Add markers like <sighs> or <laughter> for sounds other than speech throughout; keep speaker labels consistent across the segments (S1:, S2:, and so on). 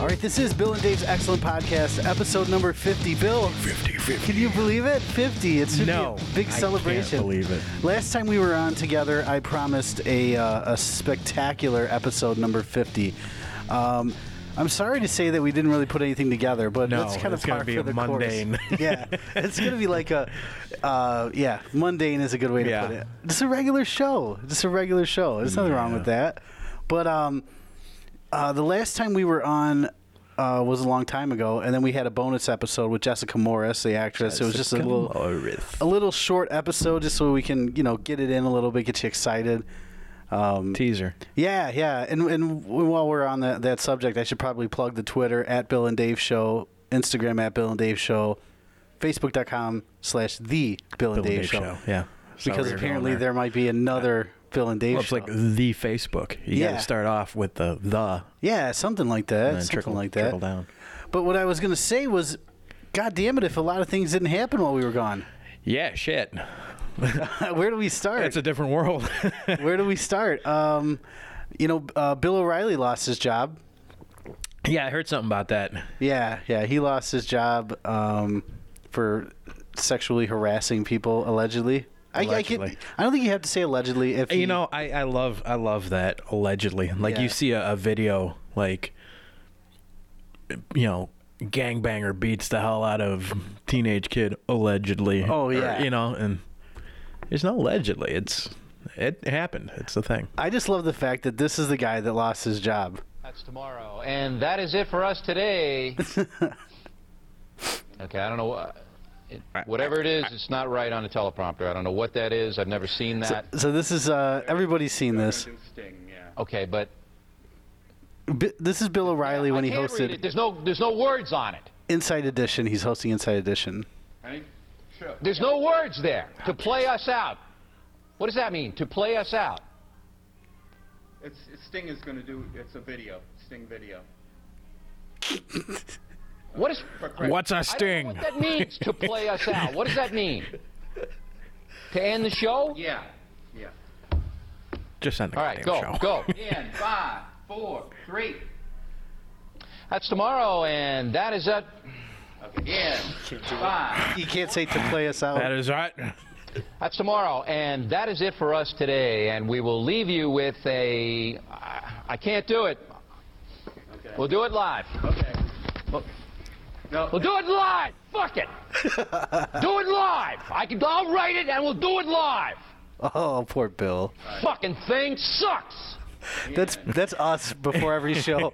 S1: All right, this is Bill and Dave's Excellent Podcast, episode number 50. Bill,
S2: 50 50.
S1: can you believe it? 50. It's should be
S2: No,
S1: a big
S2: I can't
S1: celebration.
S2: believe it.
S1: Last time we were on together, I promised a, uh, a spectacular episode number 50. Um, I'm sorry to say that we didn't really put anything together, but
S2: No,
S1: that's kind
S2: it's
S1: of
S2: gonna
S1: par
S2: be
S1: for
S2: a
S1: the
S2: mundane. <laughs>
S1: course. yeah, it's going to be like a, uh, yeah, mundane is a good way to
S2: Yeah.
S1: put it. Just a regular show. Just a regular show. There's nothing wrong
S2: Yeah.
S1: with that. But um, uh, the last time we were on uh, was a long time ago, and then we had a bonus episode with Jessica Morris, the actress. it was just a little
S2: Oh,
S1: a little short episode, just so we can you know get it in a little bit, get you excited. Um,
S2: teaser.
S1: yeah, yeah, and and while we're on that that subject, I should probably plug the Twitter at Bill and Dave Show, Instagram at Bill and Dave Show, Facebook.com slash the Bill and
S2: Bill
S1: Dave, Show.
S2: Yeah. Saw
S1: Because
S2: we were
S1: apparently
S2: going
S1: there. might be another Bill and Dave
S2: Well, it's
S1: Show.
S2: like the Facebook. You got
S1: Yeah.
S2: to start off with the the
S1: yeah, something like that,
S2: and then
S1: something
S2: trickle
S1: like that.
S2: trickle down.
S1: But what I was gonna say was, God damn it! If a lot of things didn't happen while we were gone, <laughs>
S2: Yeah, shit.
S1: where do we start?
S2: It's a different world. <laughs>
S1: where do we start? Um, you know, uh, Bill O'Reilly lost his job.
S2: yeah, I heard something about that.
S1: Yeah, yeah, he lost his job um, for sexually harassing people allegedly. I, I, can,
S2: Allegedly.
S1: I don't think you have to say allegedly if he-
S2: You know, I, I love I love that allegedly. Like
S1: Yeah.
S2: you see a, a video like you know, gangbanger beats the hell out of teenage kid allegedly.
S1: Oh,
S2: or,
S1: yeah.
S2: you know, and there's no allegedly. It's it happened. It's the thing.
S1: I just love the fact that this is the guy that lost his job.
S3: That's tomorrow. And that is it for
S1: <laughs>
S3: us today. okay, I don't know. wha- It, whatever it is, it's not right on a teleprompter. I don't know what that is. I've never seen that.
S1: So this is uh, everybody's seen this.
S3: Okay, but
S1: Bi- this is Bill O'Reilly when
S3: I
S1: he
S3: can't read it.
S1: hosted
S3: There's no, there's no words on it.
S1: Inside Edition. He's hosting Inside Edition.
S3: There's no words there to play us out. What does that mean? To play us out?
S4: It's, Sting is going to do. It's a video, Sting video.
S3: What is?
S2: What's a
S3: I don't know
S2: sting?
S3: what that means to play us out. What does that mean? To end the show?
S4: Yeah, yeah.
S2: Just on the
S3: All right, go,
S2: goddamn show. <laughs>
S3: go.
S4: In five, four, three.
S3: That's tomorrow, and that is it.
S4: Okay. In five.
S1: You can't say to play us out.
S2: That is right.
S3: That's tomorrow, and that is it for us today. And we will leave you with a. I I can't do it.
S4: Okay.
S3: We'll do it live.
S4: Okay. No.
S3: We'll do it live. Fuck it. do it live. I can. I'll write it, and we'll do it live.
S1: Oh, poor Bill.
S3: Fucking thing sucks.
S1: That's that's us before every
S2: <laughs>
S1: show,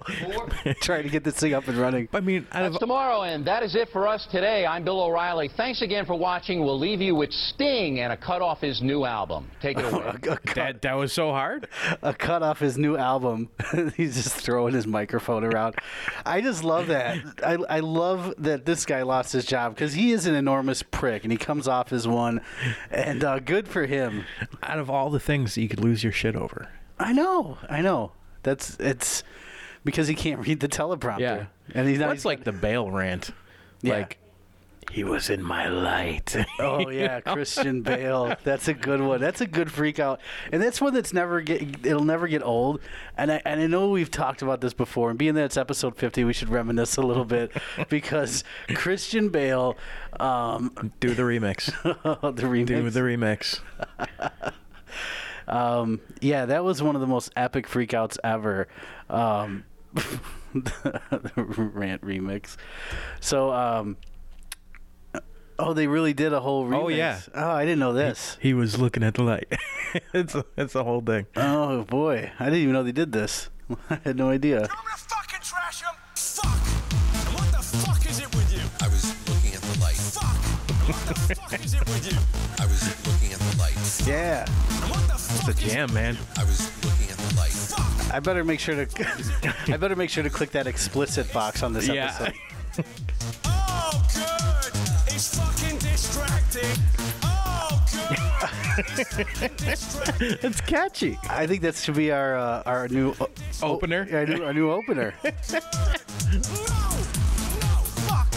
S1: trying to get this thing up and running.
S2: I mean, out of
S3: That's tomorrow, and that is it for us today. I'm Bill O'Reilly. Thanks again for watching. We'll leave you with Sting and a cut off his new album. Take it away.
S1: A cut,
S2: that that was so hard.
S1: a cut off his new album. <laughs> He's just throwing his microphone around. I just love that. I, I love that this guy lost his job because he is an enormous prick and he comes off as one. And uh, good for him.
S2: Out of all the things that you could lose your shit over.
S1: I know. I know. That's it's because he can't read the teleprompter. And he's not.
S2: What's
S1: he's-
S2: like the bail rant?
S1: Yeah.
S2: Like he was in my <laughs> light.
S1: Oh yeah,
S2: <laughs>
S1: Christian Bale. That's a good one. That's a good freak out, and that's one that's never get. It'll never get old. And I and I know we've talked about this before. And being that it's episode fifty, we should reminisce a little
S2: <laughs>
S1: bit because Christian Bale, um, <laughs>
S2: Do the
S3: <laughs>
S2: remix.
S1: the
S2: Do
S1: remix.
S2: the remix.
S1: um, yeah, that was one of the most epic freakouts ever. Um, <laughs> the rant remix. So. Um, Oh, they really did a whole remix.
S2: Oh, yeah.
S1: Oh, I didn't know this.
S2: He was looking at the light. <laughs> it's it's the whole thing.
S1: Oh boy, I didn't even know they did this. <laughs> I had no idea.
S5: You want me to fucking trash him? Fuck! And what the fuck is it with you?
S6: I was looking at the light.
S5: Fuck! And what the fuck is it with you?
S6: I was looking at the light.
S1: Yeah,
S5: And what the fuck
S2: The
S5: is
S2: jam, man.
S6: I was looking at the light.
S1: I better make sure to. <laughs> I better make sure to click that explicit box on this
S2: Yeah.
S1: episode.
S5: Oh, good! It's fucking distracting! Oh, good! It's fucking distracting!
S2: It's catchy. Oh,
S1: I think that should be our uh, our new o-
S2: Opener.
S1: our new, our new
S2: <laughs>
S1: opener.
S5: No! No! Fuck!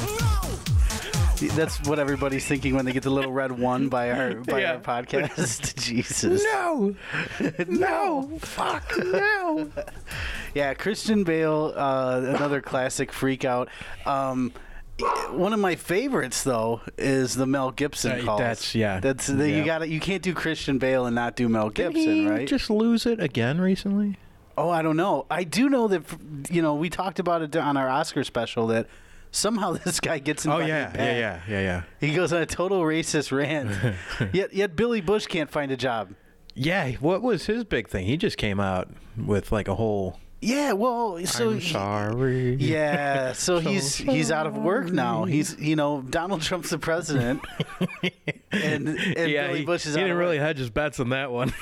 S5: No!
S1: That's what everybody's thinking when they get the little red one by our by
S2: Yeah.
S1: our
S2: <laughs>
S1: <laughs> podcast. Jesus.
S2: <laughs> No. no. Fuck no.
S1: Yeah, Christian Bale, uh, another classic freak out. Um, one of my favorites though is the Mel Gibson
S2: Uh,
S1: calls.
S2: that's- yeah.
S1: That's the, you
S2: Yeah.
S1: got to You can't do Christian Bale and not do Mel
S2: Didn't
S1: Gibson,
S2: he
S1: right?
S2: Just lose it again recently.
S1: oh, I don't know. I do know that you know we talked about it on our Oscar special that somehow <laughs> this guy gets invited back.
S2: Oh, yeah, yeah.
S1: He goes on a total racist
S2: <laughs>
S1: rant. yet, yet Billy Bush can't find a job.
S2: Yeah, what was his big thing? He just came out with like a whole.
S1: Yeah, well, so
S2: I'm
S1: he-
S2: sorry. <laughs>
S1: Yeah, so he's he's out of work now. He's you know Donald Trump's the
S2: <laughs>
S1: president, and, and
S2: yeah,
S1: Billy
S2: he,
S1: Bush is
S2: he
S1: out
S2: didn't
S1: of
S2: really
S1: work.
S2: hedge his bets on that <laughs> one.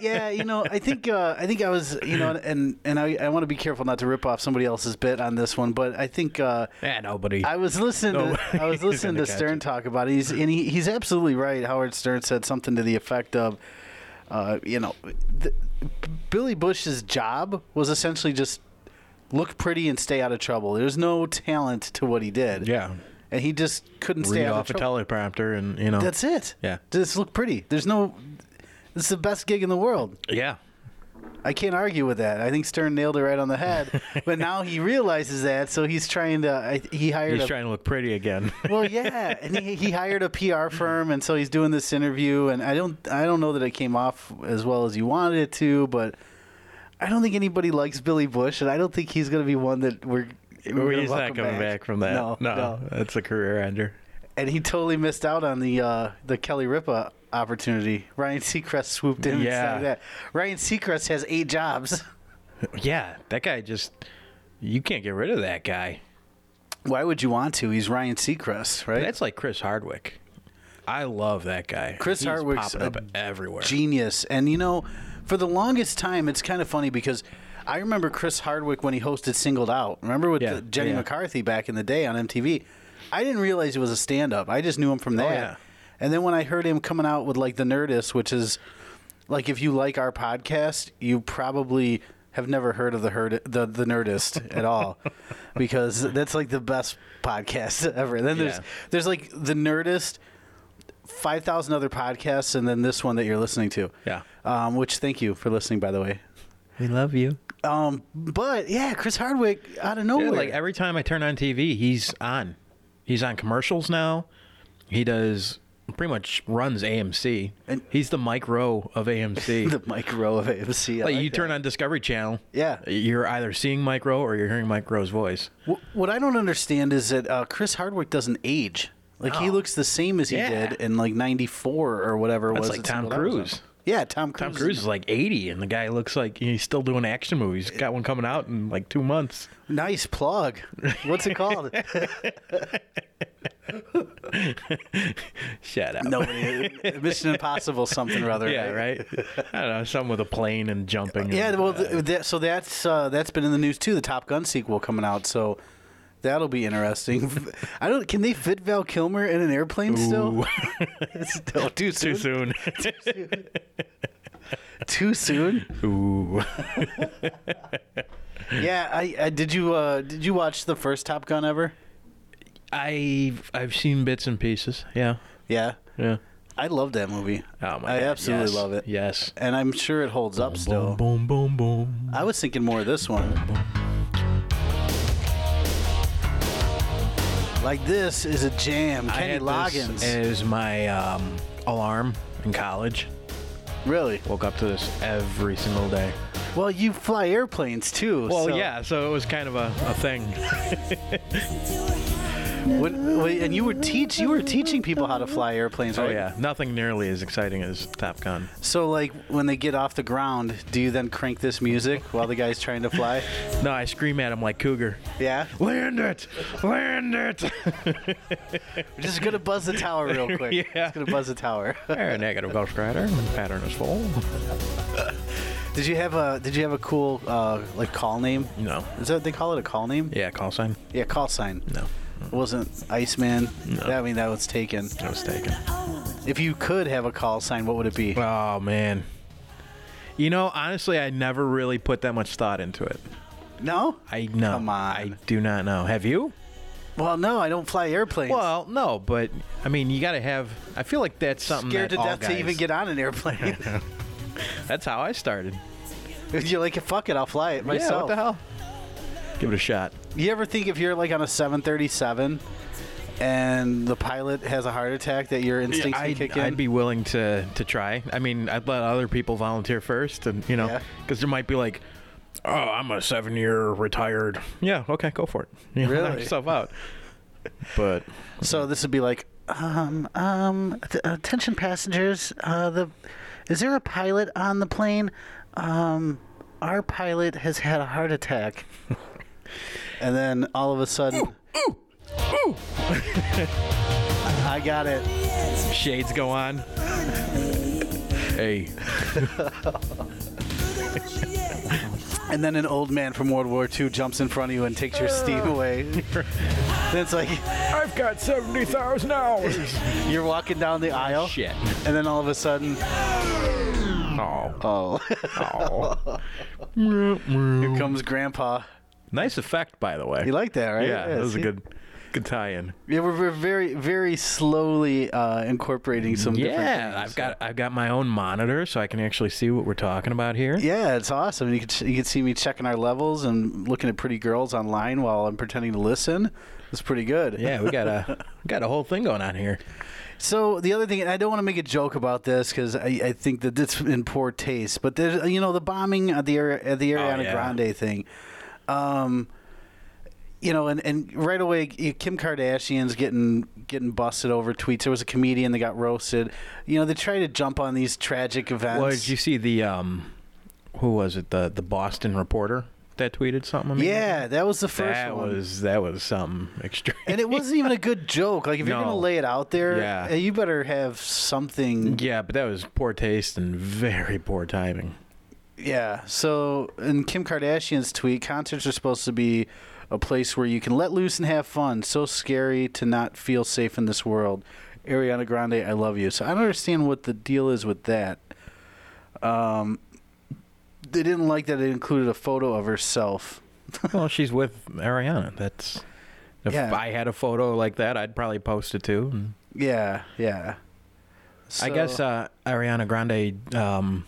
S1: Yeah, you know, I think uh, I think I was you know, and and I, I want to be careful not to rip off somebody else's bit on this one, but I think uh,
S2: yeah, nobody.
S1: I was listening.
S2: Nobody's
S1: To, I
S2: <laughs>
S1: was listening
S2: gonna
S1: to
S2: catch
S1: Stern
S2: it.
S1: talk about it. He's and he, he's absolutely right. Howard Stern said something to the effect of, uh, you know, th- Billy Bush's job was essentially just look pretty and stay out of trouble. There's no talent to what he did.
S2: yeah,
S1: and he just couldn't stay
S2: read
S1: out
S2: off
S1: of
S2: a
S1: trouble.
S2: teleprompter and you know.
S1: That's it.
S2: Yeah.
S1: just look pretty. There's no. This is the best gig in the world.
S2: yeah.
S1: I can't argue with that. I think Stern nailed it right on the
S2: <laughs>
S1: head. but now he realizes that, so he's trying to. I, he hired
S2: He's
S1: a
S2: trying to look pretty again. <laughs>
S1: well, yeah, and he, he hired a PR firm, and so he's doing this interview, and I don't I don't know that it came off as well as you wanted it to, but I don't think anybody likes Billy Bush, and I don't think he's going to be one that we're. we're gonna
S2: He's
S1: welcome
S2: not coming back. from that.
S1: No, no,
S2: that's a career ender.
S1: and he totally missed out on the uh, the Kelly Ripa opportunity. Ryan Seacrest swooped in
S2: Yeah.
S1: and started that. Ryan Seacrest has eight jobs.
S2: Yeah, that guy just. You can't get rid of that guy.
S1: Why would you want to? He's Ryan Seacrest, right?
S2: That's like Chris Hardwick. I love that guy.
S1: Chris
S2: He's
S1: Hardwick's
S2: popping up
S1: a
S2: everywhere.
S1: genius. And you know, for the longest time, it's kind of funny because I remember Chris Hardwick when he hosted Singled Out. Remember with
S2: Yeah,
S1: the Jenny
S2: yeah.
S1: McCarthy back in the day on MTV? I didn't realize it was a stand up. I just knew him from that.
S2: Oh, yeah.
S1: And then when I heard him coming out with like The Nerdist, which is like if you like our podcast, you probably have never heard of the herd the the
S2: <laughs>
S1: nerdist at all because that's like the best podcast ever. And then there's
S2: Yeah.
S1: there's like the nerdist five thousand other podcasts, and then this one that you're listening to.
S2: Yeah.
S1: Um, which thank you for listening, by the way.
S2: we love you.
S1: Um, but yeah, Chris Hardwick out of nowhere.
S2: Yeah, like every time I turn on TV, he's on. He's on commercials now. He does pretty much runs AMC.
S1: And-
S2: he's the Mike Rowe of
S1: <laughs>
S2: AMC.
S1: <laughs> the micro of AMC. I
S2: like,
S1: like
S2: you
S1: that.
S2: turn on Discovery Channel.
S1: Yeah.
S2: You're either seeing Mike Rowe or you're hearing Mike Rowe's voice.
S1: Wh- What I don't understand is that uh, Chris Hardwick doesn't age. Like he
S2: No.
S1: looks the same as he
S2: Yeah.
S1: did in like '94 or whatever it
S2: That's
S1: was.
S2: like
S1: that
S2: Tom
S1: Singled Out was on.
S2: Cruise.
S1: Yeah, Tom Cruise.
S2: Tom Cruise is like 80 and the guy looks like he's still doing action movies. He's got one coming out in like 2 months.
S1: Nice plug. What's it called? <laughs>
S2: Shut up.
S1: Nobody. Mission Impossible something or other.
S2: Yeah, right. I don't know, something with a plane and jumping. and,
S1: Yeah,
S2: <laughs>
S1: well,
S2: uh,
S1: th- that, so that's uh, that's been in the news too. The Top Gun sequel coming out, so that'll be interesting. <laughs> I don't. Can they fit Val Kilmer in an airplane still? <laughs> still too soon.
S2: <laughs> too soon. <laughs>
S1: Too soon.
S2: Ooh.
S1: <laughs> yeah. I, I did you uh, did you watch the first Top Gun ever?
S2: I I've seen bits and pieces. Yeah.
S1: Yeah.
S2: Yeah.
S1: I love that movie.
S2: Oh my
S1: I
S2: God,
S1: absolutely
S2: yes,
S1: love it.
S2: Yes.
S1: And I'm sure it holds up still.
S2: Boom boom boom.
S1: I was thinking more of this one. Like this is a jam.
S2: I
S1: Kenny
S2: had
S1: Loggins.
S2: this as my um, alarm in college.
S1: really?
S2: Woke up to this every single day.
S1: Well, you fly airplanes too.
S2: Well,
S1: so-
S2: yeah, so it was kind of a,
S1: <laughs>
S2: a thing.
S1: When- when- and you were teach you were teaching people how to fly airplanes,
S2: Oh
S1: right?
S2: yeah, nothing nearly as exciting as Top Gun.
S1: So like when they get off the ground, do you then crank this music while the guy's trying to
S2: <laughs>
S1: fly?
S2: No, I scream at him like cougar.
S1: Yeah.
S2: Land it! Land <laughs> it!
S1: We're just gonna buzz the tower
S2: <laughs>
S1: real quick.
S2: Yeah.
S1: Just gonna buzz the tower. <laughs>
S2: Very negative Ghost Rider. Pattern is full.
S1: Did you have a Did you have a cool uh, like call name?
S2: No.
S1: Is that what they call it a call name?
S2: Yeah, call sign.
S1: Yeah, call sign.
S2: No,
S1: It wasn't Iceman. That, I mean, that was taken.
S2: I was taken.
S1: If you could have a call sign, what would it be?
S2: Oh man. You know, honestly, I never really put that much thought into it.
S1: No?
S2: I know.
S1: Come on.
S2: I do not know. Have you?
S1: well, no, I don't fly airplanes.
S2: Well, no, but I mean, you got to have. I feel like that's something
S1: Scared
S2: that
S1: to
S2: all <laughs>
S1: <laughs> death to
S2: guys-
S1: even get on an airplane.
S2: That's how I started.
S1: You're like, fuck it, I'll fly it myself.
S2: Yeah, what the hell? Give it a shot.
S1: You ever think if you're like on a 737 and the pilot has a heart attack that your instincts can
S2: I'd,
S1: kick in?
S2: I'd be willing to to try. I mean, I'd let other people volunteer first, and you know,
S1: Yeah.
S2: because there might be like, oh, I'm a seven year retired. Yeah, okay, go for it. You know, <laughs> knock
S1: Really?
S2: yourself out. But
S1: so this would be like, um, um, t- attention passengers, uh, the, is there a pilot on the plane? Um, our pilot has had a heart
S2: <laughs>
S1: attack. and then all of a sudden, <laughs> I got it.
S2: shades go <laughs> on. hey,
S1: And then an old man from World War II jumps in front of you and takes your steam away. <laughs> then it's like
S2: Uh. I've got seventy thousand hours.
S1: <laughs> you're walking down the aisle.
S2: Shit.
S1: And then all of a sudden,
S2: Oh,
S1: oh,
S2: oh.
S1: <laughs> here comes Grandpa.
S2: nice effect, by the way.
S1: You like that, right?
S2: Yeah, that
S1: Yes.
S2: was a good good tie-in.
S1: Yeah, we're, we're very, very slowly uh, incorporating some. different
S2: Yeah,
S1: things.
S2: I've got I've got my own monitor, so I can actually see what we're talking about here.
S1: Yeah, it's awesome. You could you could see me checking our levels and looking at pretty girls online while I'm pretending to listen. It's pretty good.
S2: Yeah, we got a we got a whole thing going on here.
S1: So the other thing, and I don't want to make a joke about this because I, I think that it's in poor taste. But there's, you know, the bombing at the Ari- at the Ariana
S2: Oh, yeah.
S1: Grande thing. Um, you know, and, and right away, you- Kim Kardashian's getting getting busted over tweets. There was a comedian that got roasted. You know, they try to jump on these tragic events.
S2: Well, did you see the um, who was it? The the Boston reporter that tweeted something. I mean,
S1: yeah, that was the first
S2: that
S1: one.
S2: was that was some extreme.
S1: and it wasn't even a good joke. Like if you're
S2: <laughs> No.
S1: gonna lay it out there,
S2: Yeah.
S1: eh, you better have something.
S2: <laughs> yeah, but that was poor taste and very poor timing.
S1: Yeah. So in Kim Kardashian's tweet, concerts are supposed to be a place where you can let loose and have fun. So scary to not feel safe in this world. Ariana Grande, I love you. So I don't understand what the deal is with that. Um, they didn't like that it included a photo of herself.
S2: well, she's with Ariana. That's if
S1: Yeah.
S2: I had a photo like that, I'd probably post it too. and-
S1: Yeah, yeah.
S2: I
S1: <laughs>
S2: guess
S1: So-
S2: uh, Ariana Grande. Um,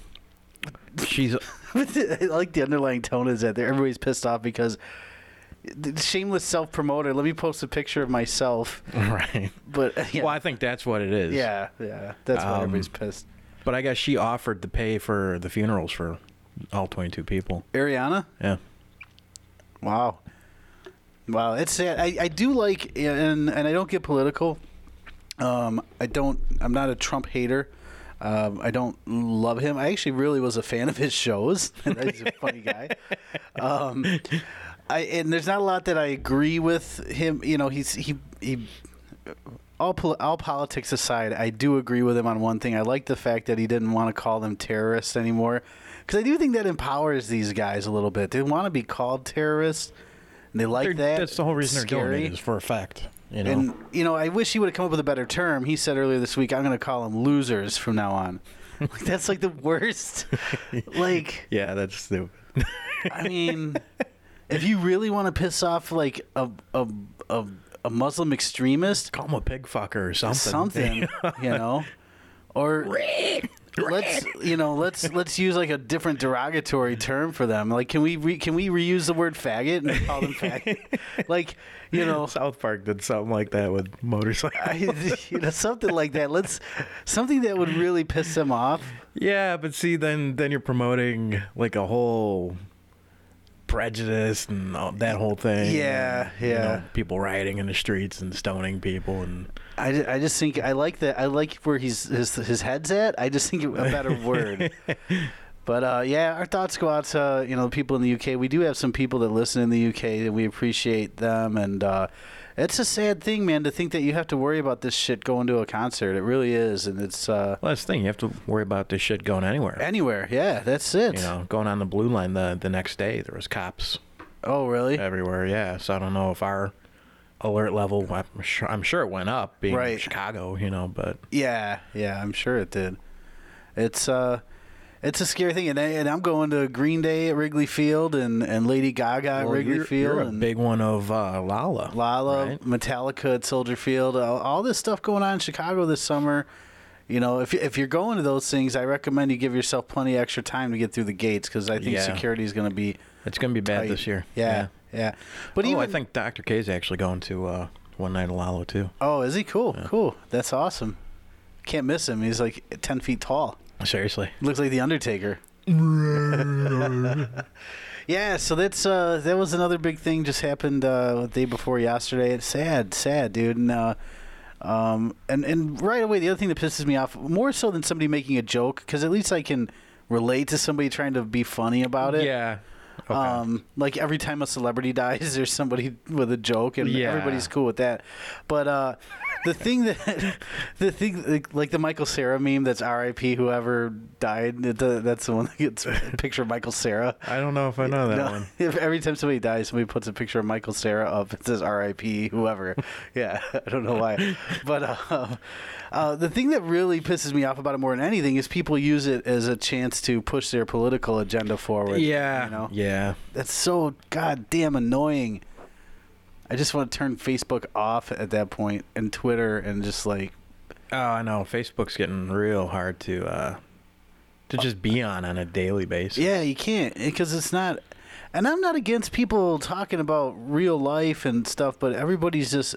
S1: <laughs>
S2: she's
S1: I like the underlying tone is that there. Everybody's pissed off because the shameless self promoter. Let me post a picture of myself.
S2: right.
S1: But <laughs> yeah.
S2: Well, I think that's what it is.
S1: Yeah, yeah. That's why
S2: Um,
S1: everybody's pissed.
S2: But I guess she offered to pay for the funerals for all 22 people.
S1: Ariana?
S2: Yeah.
S1: Wow. Wow, it's sad. I, I do like and and I don't get political. Um, I don't I'm not a Trump hater. Um, I don't love him. I actually really was a fan of his shows. <laughs> He's a funny guy. Um, I and there's not a lot that I agree with him. You know, he's he he all pol- all politics aside, I do agree with him on one thing. I like the fact that he didn't want to call them terrorists anymore, because I do think that empowers these guys a little bit. They want to be called terrorists, and they like
S2: They're-
S1: that.
S2: That's the whole reason
S1: It's
S2: they're doing
S1: scary.
S2: it is for a fact. You know.
S1: And you know, I wish he would have come up with a better term. He said earlier this week, "I'm going to call them losers from now on." <laughs> Like, that's like the worst. like,
S2: yeah, that's stupid.
S1: I mean, if you really want to piss off like a a a, a Muslim extremist,
S2: Call him a pig fucker or something. <laughs>
S1: something, you know, or let's you know let's let's use like a different derogatory term for them. Like, can we re- can we reuse the word faggot and call them faggot? like, you know,
S2: South Park did something like that
S1: <laughs>
S2: with motorcycle.
S1: I, you know, something like that. Let's something that would really piss them off.
S2: <laughs> yeah, but see, then then you're promoting like a whole prejudice and all, that whole thing.
S1: Yeah,
S2: and, you know,
S1: yeah.
S2: people rioting in the streets and stoning people and
S1: I, ju- I just think I like that. I like where he's his his head's at. I just think a better
S2: <laughs>
S1: word. But uh, yeah, our thoughts go out to you know the people in the UK. We do have some people that listen in the UK, and we appreciate them. And uh, it's a sad thing, man, to think that you have to worry about this shit going to a concert. It really is, and it's uh,
S2: well, that's the thing. You have to worry about this shit going anywhere.
S1: anywhere. Yeah, that's it.
S2: you know, going on the blue line the the next day, there was cops
S1: Oh, really?
S2: everywhere. Yeah, so I don't know if our alert level, I'm sure, I'm sure it went up being
S1: Right.
S2: Chicago, you know, but
S1: Yeah, yeah, I'm sure it did. It's uh it's a scary thing, and, I, and I'm going to Green Day at Wrigley Field and, and Lady Gaga at
S2: Well,
S1: Wrigley
S2: you're,
S1: Field
S2: you're a
S1: and
S2: big one of uh, Lala.
S1: Lala,
S2: right?
S1: uh, Metallica at Soldier Field, all, all this stuff going on in Chicago this summer. You know, if, if you're going to those things, I recommend you give yourself plenty extra time to get through the gates because I think
S2: Yeah.
S1: security is going to be
S2: It's gonna be bad
S1: tight.
S2: this year.
S1: Yeah, yeah. But
S2: But oh,
S1: even
S2: I think Dr. K's actually going to uh, One Night at Lalo too.
S1: oh, is he cool? Cool. That's awesome. Can't miss him. He's like ten feet tall.
S2: Seriously.
S1: Looks like the Undertaker. yeah, so that's uh, that was another big thing just happened uh, the day before yesterday. It's sad, sad, dude. And uh, um, and and right away, the other thing that pisses me off more so than somebody making a joke, because at least I can relate to somebody trying to be funny about it.
S2: Yeah. Okay.
S1: Um, like every time a celebrity <laughs> dies, there's somebody with a joke, and
S2: Yeah.
S1: everybody's cool with that. But uh, the thing that <laughs> the thing like, like the Michael Sarah meme that's R.I.P. whoever died. the- that's the one that gets
S2: <laughs>
S1: a picture of Michael Sarah.
S2: I don't know if I know Oh, that
S1: No, <laughs>
S2: one.
S1: if every time somebody dies, somebody puts a picture of Michael Sarah up. It says R.I.P.
S2: <laughs>
S1: Whoever. yeah, <laughs> I don't know why, but uh, uh, the thing that really pisses me off about it more than anything is people use it as a chance to push their political agenda forward.
S2: Yeah.
S1: you know?
S2: Yeah.
S1: That's so goddamn annoying. I just want to turn Facebook off at that point and Twitter and just like
S2: Oh, I know. Facebook's getting real hard to uh, to just be on on a daily basis.
S1: yeah, you can't because it's not. And I'm not against people talking about real life and stuff, but everybody's just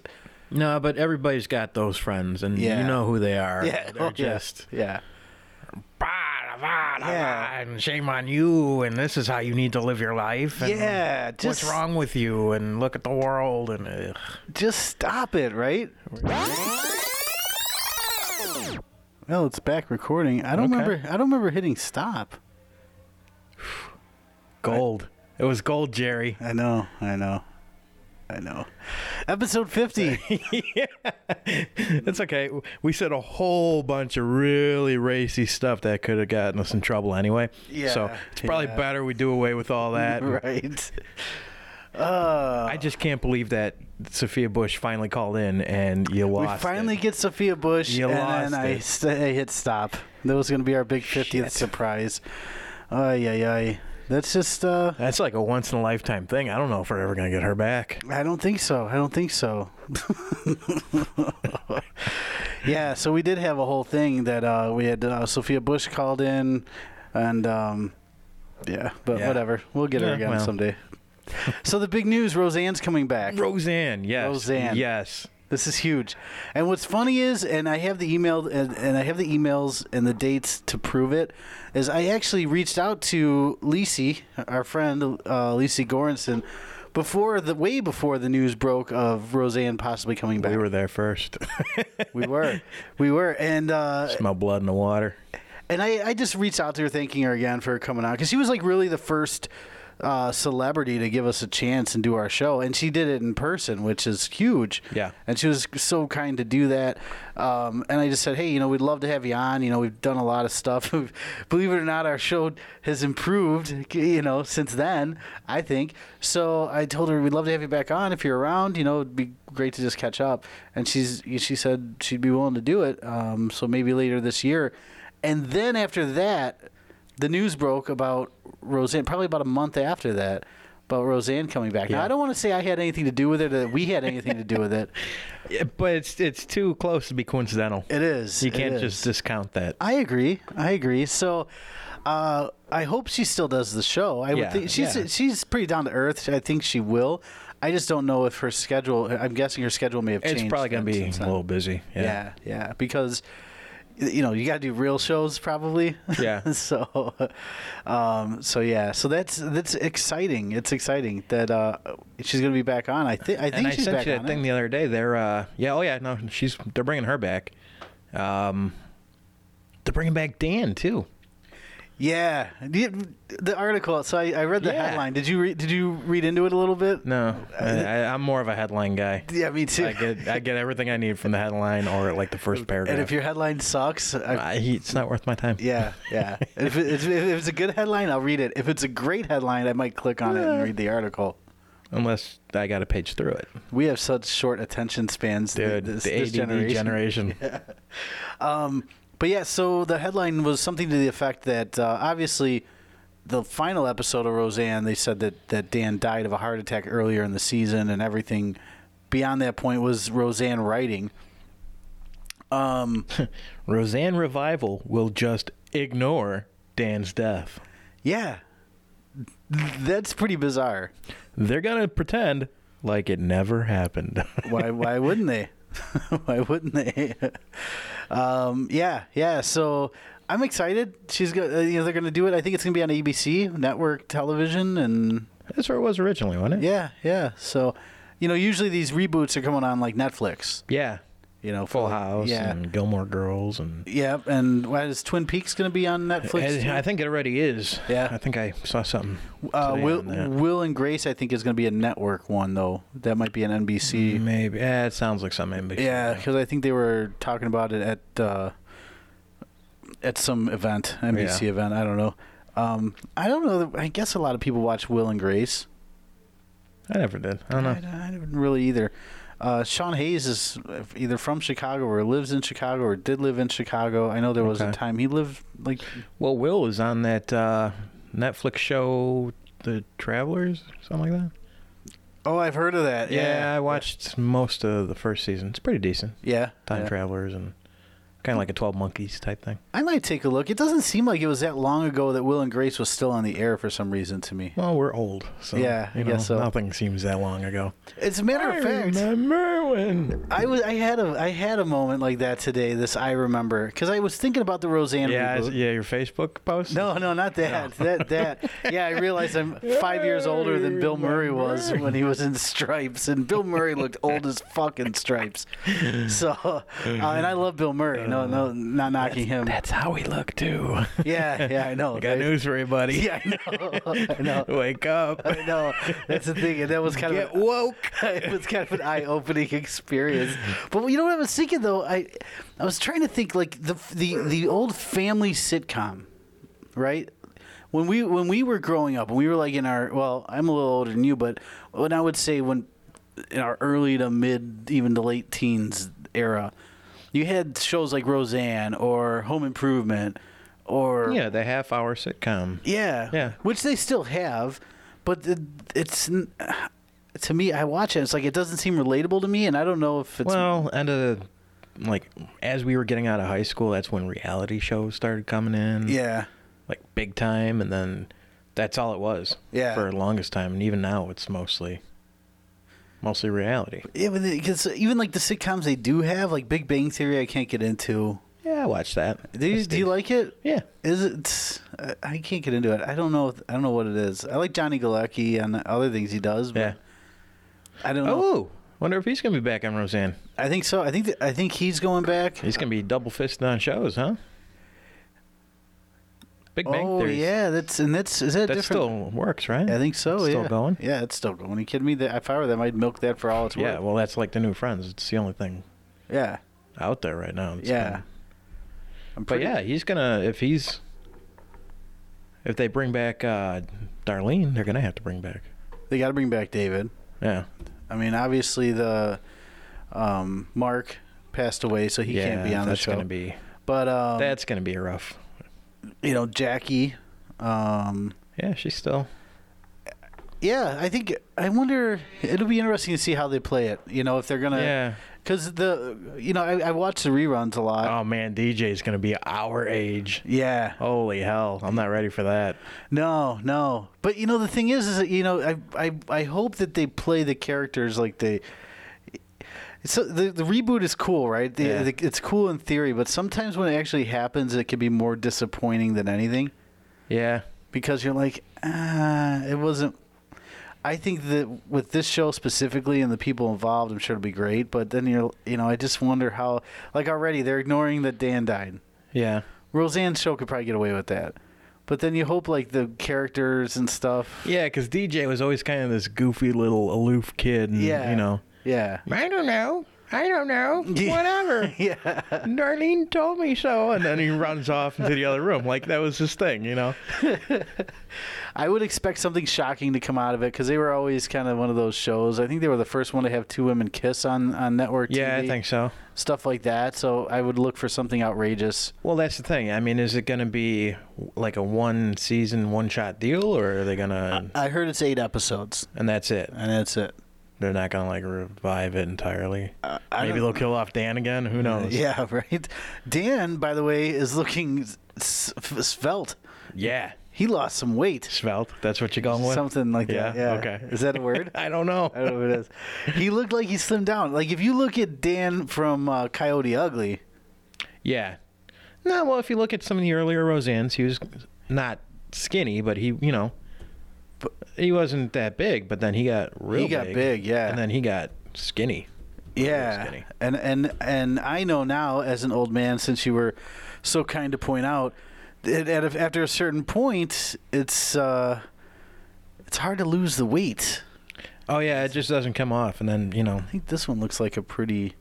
S2: No, but everybody's got those friends, and
S1: Yeah.
S2: you know who they are.
S1: yeah,
S2: They're
S1: oh, yeah,
S2: just
S1: yeah,
S2: "Bah, da, bah, da, bah,
S1: Yeah.
S2: and shame on you, and this is how you need to live your life. And
S1: yeah. Just
S2: What's wrong with you? And look at the world. And ugh.
S1: Just stop it, right? Well, it's back recording. I don't
S2: Okay.
S1: remember. I don't remember hitting stop.
S2: gold. it was
S1: <laughs>
S2: gold, Jerry.
S1: I know. I know. I know. Episode fifty.
S2: It's okay. We said a whole bunch of really racy stuff that could have gotten us in trouble anyway.
S1: Yeah,
S2: So it's probably
S1: yeah.
S2: better we do away with all that.
S1: <laughs> right.
S2: I just can't believe that Sophia Bush finally called in and you
S1: We
S2: lost.
S1: finally
S2: it.
S1: get Sophia Bush,
S2: You
S1: and
S2: lost
S1: then I,
S2: it.
S1: st- I hit stop. That was going to be our big 50th
S2: Shit.
S1: surprise. Ay, ay, ay. That's just, uh,
S2: That's like a once in a lifetime thing. I don't know if we're ever gonna get her back.
S1: I don't think so. I don't think so. <laughs> yeah, so we did have a whole thing that uh, we had uh, Sophia Bush called in, and um, yeah, but
S2: Yeah.
S1: whatever. We'll get her
S2: Yeah,
S1: again
S2: well.
S1: someday. so the big news Roseanne's coming back.
S2: Roseanne, yes.
S1: Roseanne.
S2: Yes.
S1: This is huge. And what's funny is, and I have the email and, and I have the emails and the dates to prove it, is I actually reached out to Lisi, our friend uh, Lisi Goranson, before the way before the news broke of Roseanne possibly coming back.
S2: We were there first. <laughs>
S1: we were, we were, and uh,
S2: Smell blood in the water.
S1: and I, I just reached out to her thanking her again for coming on because she was like really the first uh, celebrity to give us a chance and do our show and she did it in person which is huge
S2: Yeah.
S1: and she was so kind to do that um, and i just said hey you know we'd love to have you on you know we've done a lot of stuff <laughs> We've- believe it or not our show has improved you know since then i think so i told her we'd love to have you back on if you're around you know it'd be great to just catch up and she's she said she'd be willing to do it um, so maybe later this year and then after that, the news broke about Roseanne, probably about a month after that, about Roseanne coming back. Now, I don't want to say I had anything to do with it, or that we had anything to do with it.
S2: Yeah, but it's it's too close to be coincidental.
S1: It is.
S2: you
S1: it
S2: can't
S1: is.
S2: just discount that.
S1: I agree. I agree. So, uh, I hope she still does the show. I
S2: Yeah,
S1: would think she's
S2: yeah.
S1: she's pretty down to earth. I think she will. I just don't know if her schedule. I'm guessing her schedule may have changed.
S2: It's probably gonna
S1: then
S2: be a
S1: since then.
S2: little busy. Yeah.
S1: Yeah, yeah, because you know you got to do real shows probably. <laughs>
S2: Yeah.
S1: so, um, so yeah, so that's that's exciting. It's exciting that uh, she's gonna be back on. I think I think
S2: And I
S1: she's
S2: sent
S1: back
S2: you
S1: on.
S2: that
S1: it.
S2: thing the other day. They're uh, yeah, oh yeah, no, she's they're bringing her back. Um, they're bringing back Dan too.
S1: yeah, the, the article. So I, I read the
S2: Yeah.
S1: headline. Did you read? Did you read into it a little bit?
S2: No, I,
S1: Uh,
S2: I, I'm more of a headline guy.
S1: Yeah, me too.
S2: I get I get everything I need from the headline or like the first paragraph.
S1: and if your headline sucks, I,
S2: I, he- it's not worth my time.
S1: yeah, yeah. if, it, if it's a good headline, I'll read it. If it's a great headline, I might click on it and read the article.
S2: Unless I got to page through it,
S1: We have such short attention spans. <laughs> th-
S2: dude.
S1: this-
S2: the ADD
S1: this
S2: generation.
S1: <laughs> But yeah, so the headline was something to the effect that uh, obviously the final episode of Roseanne, they said that, that Dan died of a heart attack earlier in the season, and everything beyond that point was Roseanne writing. Um,
S2: Roseanne Revival will just ignore Dan's death.
S1: yeah, Th- that's pretty bizarre.
S2: They're going to pretend like it never happened. <laughs>
S1: why why wouldn't they? <laughs> why wouldn't they? <laughs> um, yeah, yeah. So I'm excited. She's go- uh, you know, they're going to do it. I think it's going to be on ABC network television, and
S2: That's where it was originally, wasn't it?
S1: yeah, yeah. So you know, usually these reboots are coming on like Netflix.
S2: Yeah.
S1: You know,
S2: Full
S1: for-
S2: House
S1: Yeah,
S2: and Gilmore Girls and
S1: yeah. And why is Twin Peaks going to be on Netflix?
S2: I, I think it already is.
S1: Yeah.
S2: I think I saw something.
S1: uh,
S2: today
S1: Will
S2: on that.
S1: Will and Grace, I think, is going to be a network one though. That might be an NBC.
S2: Maybe. Yeah, it sounds like something. NBC.
S1: Yeah, because I think they were talking about it at uh, at some event, NBC
S2: Yeah.
S1: event. I don't know. Um, I don't know. I guess a lot of people watch Will and Grace.
S2: I never did. I don't
S1: I,
S2: know.
S1: I didn't really either. Uh, Sean Hayes is either from Chicago or lives in Chicago or did live in Chicago. I know there was a
S2: Okay.
S1: time he lived like
S2: Well, Will is on that uh, Netflix show, The Travelers, something like that.
S1: oh I've heard of that
S2: Yeah, I watched most of the first season. It's pretty decent.
S1: yeah
S2: Time
S1: yeah.
S2: travelers and kind of like a Twelve Monkeys type thing.
S1: I might take a look. It doesn't seem like it was that long ago that Will and Grace was still on the air for some reason to me.
S2: Well, we're old, so
S1: Yeah, I
S2: you know,
S1: guess so.
S2: nothing seems that long ago.
S1: As a matter of fact,
S2: remember when.
S1: I was I had a I had a moment like that today. This I remember because I was thinking about the Roseanne
S2: Yeah,
S1: reboot.
S2: yeah, your Facebook post.
S1: No, no, not that. That that. Yeah, I realized I'm five years older than Bill Murray
S2: <laughs>
S1: was when he was in Stripes, and Bill Murray looked old as fucking Stripes. So, uh, and I love Bill Murray. No, no, not knocking him.
S2: that's how we look too.
S1: <laughs> Yeah, yeah, I
S2: <laughs>
S1: know.
S2: I got
S1: right?
S2: news for you, buddy.
S1: <laughs> Yeah, I know. I know. <laughs>
S2: Wake up.
S1: I know. That's the thing, and that was kind of
S2: Get woke.
S1: <laughs> it was kind of an eye-opening experience. But you know what I was thinking though, I I was trying to think like the the the old family sitcom, right? When we when we were growing up, when we were like in our well, I'm a little older than you, but when I would say when in our early to mid even to late teens era, you had shows like Roseanne or Home Improvement or
S2: Yeah, the half-hour sitcom.
S1: yeah.
S2: Yeah.
S1: Which they still have, but it, it's n- to me I watch it it's like it doesn't seem relatable to me and I don't know if it's
S2: Well, end of the, like as we were getting out of high school, that's when reality shows started coming in.
S1: yeah.
S2: like big time, and then that's all it was.
S1: Yeah.
S2: For the longest time, and even now it's mostly, mostly reality.
S1: Yeah, because even like the sitcoms they do have, like Big Bang Theory, I can't get into.
S2: Yeah, I watched that.
S1: Do you, do you like it?
S2: Yeah.
S1: Is it? I- I can't get into it. I don't know. I don't know what it is. I like Johnny Galecki and other things he does, but
S2: Yeah.
S1: I don't know.
S2: Oh, wonder if he's gonna be back on Roseanne.
S1: I think so. I think th- I think he's going back.
S2: He's gonna be double fisted on shows, huh? Big Bang
S1: oh
S2: Theory.
S1: yeah, that's and that's is that
S2: That
S1: different?
S2: still works, right?
S1: I think so.
S2: Still
S1: yeah.
S2: going.
S1: Yeah, it's still going. Are you kidding me? That- If I were them, I'd milk that for all it's
S2: Yeah.
S1: worth.
S2: Well, that's like the new Friends. It's the only thing
S1: yeah,
S2: out there right now. that's
S1: yeah.
S2: been-
S1: I'm
S2: But
S1: pretty-
S2: yeah, he's gonna if he's if they bring back uh Darlene, they're gonna have to bring back.
S1: they got to bring back David.
S2: Yeah.
S1: I mean, obviously the um, Mark passed away, so he
S2: yeah,
S1: can't be on the
S2: that's
S1: show.
S2: gonna be
S1: but um,
S2: that's gonna be rough.
S1: you know, Jackie. Um,
S2: Yeah, she's still
S1: yeah, I think I wonder. It'll be interesting to see how they play it. You know, if they're gonna.
S2: Yeah.
S1: Because the you know I, I watch the reruns a lot.
S2: Oh man, DJ's gonna be our age.
S1: yeah.
S2: Holy hell, I'm not ready for that.
S1: No, no. But you know the thing is, is that, you know I I I hope that they play the characters like they. So the the reboot is cool, right? The,
S2: Yeah.
S1: the, it's cool in theory, but sometimes when it actually happens, it can be more disappointing than anything
S2: Yeah.
S1: because you're like, ah, it wasn't. I think that with this show specifically and the people involved, I'm sure it'll be great. But then you're, you know, I just wonder how. Like already, they're ignoring that Dan died.
S2: Yeah.
S1: Roseanne's show could probably get away with that. But then you hope like the characters and stuff.
S2: Yeah, because DJ was always kind of this goofy little aloof kid. And,
S1: Yeah.
S2: You know.
S1: Yeah.
S2: I don't know. I don't <laughs> know.
S1: Yeah.
S2: Whatever.
S1: Yeah.
S2: Darlene told me so, and then he runs off into the other room like that was his thing, you know.
S1: I would expect something shocking to come out of it because they were always kind of one of those shows. I think they were the first one to have two women kiss on on network TV.
S2: Yeah, I think so.
S1: Stuff like that. So I would look for something outrageous.
S2: Well, that's the thing. I mean, is it going to be like a one season, one shot deal, or are they going to?
S1: I heard it's eight episodes
S2: And that's it.
S1: and that's it.
S2: They're not gonna like revive it entirely.
S1: Uh, I
S2: Maybe
S1: don't-
S2: they'll kill off Dan again. Who knows?
S1: Yeah, <laughs> right. Dan, by the way, is looking s- s- svelte.
S2: Yeah.
S1: He lost some weight.
S2: Svelte. That's what you're going with.
S1: Something like that. Yeah.
S2: Okay.
S1: Is that a
S2: <laughs>
S1: word?
S2: I don't know.
S1: I don't know what it is. He looked like he slimmed down. Like if you look at Dan from uh, Coyote Ugly,
S2: Yeah. No, well, if you look at some of the earlier Roseanne's, he was not skinny, but he, you know, he wasn't that big. But then he got real.
S1: got big, yeah.
S2: And then he got skinny.
S1: yeah,
S2: skinny.
S1: and and and I know now as an old man, since you were so kind to point out, that at a, after a certain point, it's uh, it's hard to lose the weight.
S2: Oh yeah, it just doesn't come off. And then you know,
S1: I think this one looks like a pretty.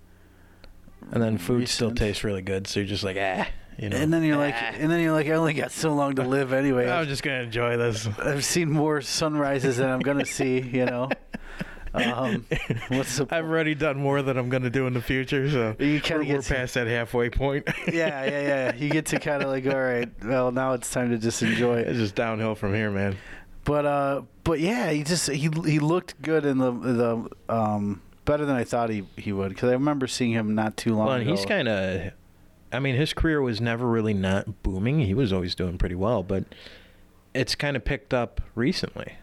S2: and then food still
S1: Recent.
S2: tastes really good, so you're just like, ah, you know.
S1: And then you're like, and then you're like, I only got so long to live anyway.
S2: I'm just gonna enjoy this.
S1: I've seen more sunrises than I'm gonna see. You know, um, what's the
S2: <laughs> I've already done more than I'm gonna do in the future, so
S1: You
S2: we're,
S1: kinda
S2: we're
S1: get to-
S2: past that halfway point. <laughs>
S1: yeah, yeah, yeah. You get to kind of like, all right, well, now it's time to just enjoy
S2: it's
S1: it.
S2: just downhill from here, man.
S1: But uh, but yeah, he just he he looked good in the the um better than I thought he he would because I remember seeing him not too long
S2: Well, and
S1: ago.
S2: he's kind of, I mean, his career was never really not booming. He was always doing pretty well, but it's kind of picked up recently.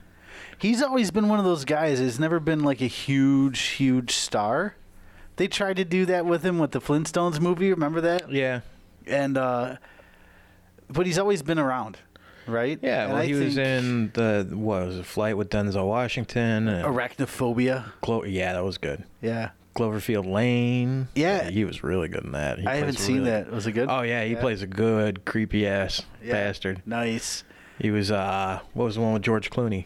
S1: he's always been one of those guys. He's never been like a huge huge star. They tried to do that with him with the Flintstones movie. Remember that?
S2: Yeah,
S1: And uh, but he's always been around, right?
S2: yeah.
S1: And
S2: well,
S1: I
S2: he was
S1: think
S2: in the what was it, flight with Denzel Washington. And
S1: Arachnophobia.
S2: Clo- yeah, that was good.
S1: Yeah,
S2: Cloverfield Lane.
S1: Yeah.
S2: he was really good in that. He
S1: I haven't
S2: plays
S1: seen
S2: really-
S1: that. Was it good?
S2: Oh yeah, he plays a good creepy ass
S1: Yeah.
S2: bastard.
S1: Nice.
S2: He was uh, what was the one with George Clooney?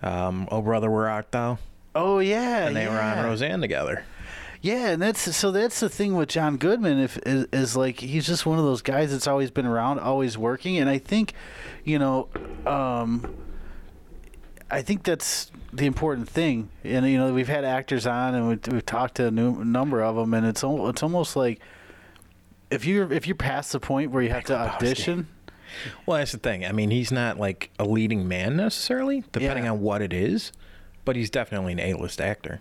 S2: Um, oh brother, where art thou?
S1: Oh yeah,
S2: And they were on
S1: yeah.
S2: Roseanne together.
S1: Yeah, and that's so that's the thing with John Goodman if is, is like he's just one of those guys that's always been around, always working, and I think, you know, um, I think that's the important thing. And you know, we've had actors on, and we, we've talked to a new, number of them, and it's al- it's almost like if you're if you're past the point where you have to audition,
S2: Well, that's the thing. I mean, he's not like a leading man necessarily, depending
S1: Yeah.
S2: on what it is, but he's definitely an A-list actor.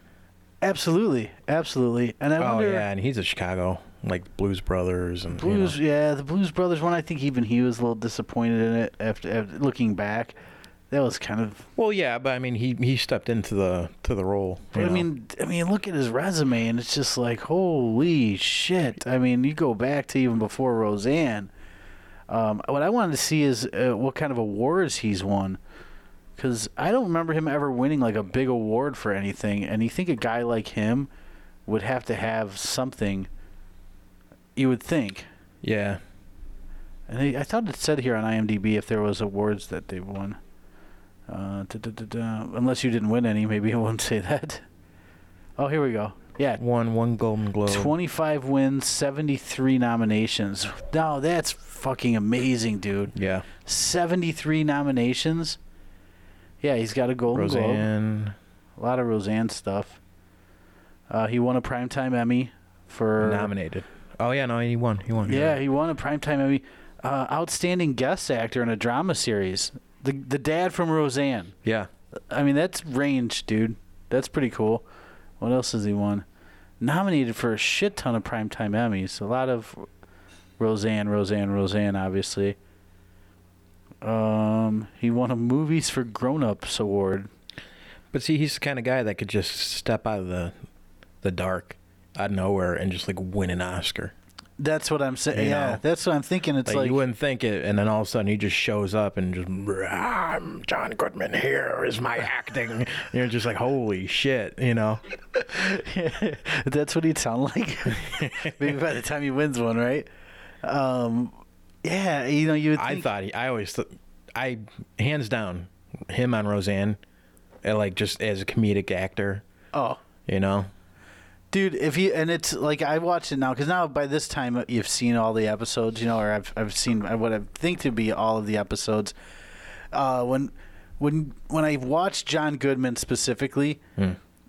S1: absolutely, absolutely. And I
S2: Oh
S1: wonder,
S2: yeah, and he's a Chicago like Blues Brothers and you know.
S1: Blues, yeah, the Blues Brothers one. I think even he was a little disappointed in it after, after looking back. That was kind of.
S2: Well, yeah, but I mean, he he stepped into the to the role.
S1: But
S2: you
S1: I
S2: know.
S1: mean, I mean, look at his resume, and it's just like, holy shit! I mean, you go back to even before Roseanne. Um, what I wanted to see is uh, what kind of awards he's won, because I don't remember him ever winning like a big award for anything. And you think a guy like him would have to have something? You would think.
S2: yeah,
S1: And I, I thought it said here on IMDb if there was awards that they won. Uh, da, da, da, da. Unless you didn't win any, maybe it won't <laughs> say that. Oh, here we go. Yeah,
S2: won one Golden Globe.
S1: 25 wins, 73 nominations. No, that's fucking amazing, dude.
S2: Yeah,
S1: 73 nominations. Yeah, he's got a Golden Globe.
S2: Roseanne,
S1: A lot of Roseanne stuff. Uh, he won a Primetime Emmy for
S2: nominated. Oh yeah, no, he won. He won.
S1: Yeah, he won a primetime Emmy. Uh, outstanding guest actor in a drama series. The the dad from Roseanne.
S2: yeah.
S1: I mean, that's range, dude. That's pretty cool. What else has he won? Nominated for a shit ton of primetime Emmys. A lot of Roseanne, Roseanne, Roseanne, obviously. Um, he won a Movies for Grown Ups award.
S2: But see, he's the kind of guy that could just step out of the the dark, out of nowhere, and just like win an Oscar.
S1: That's what I'm saying.
S2: You
S1: yeah,
S2: know,
S1: that's what I'm thinking. It's
S2: Like,
S1: like,
S2: you wouldn't think it, and then all of a sudden he just shows up and just "Bruh, I'm John Goodman. Here is
S1: <laughs>
S2: my acting. And You're just like holy shit, you know?
S1: That's what he'd sound <laughs>
S2: <laughs>
S1: like. Maybe by the time he wins one, right? Um, yeah, you know, you would.
S2: I
S1: Think,
S2: thought he, I always, th- I hands down him on Roseanne, and like just as a comedic actor,
S1: oh,
S2: you know?
S1: dude, if you and it's like I watched it now because now by this time you've seen all the episodes, you know, or I've I've seen what I think to be all of the episodes. Uh,
S2: Hmm.
S1: when when when I watched John Goodman specifically,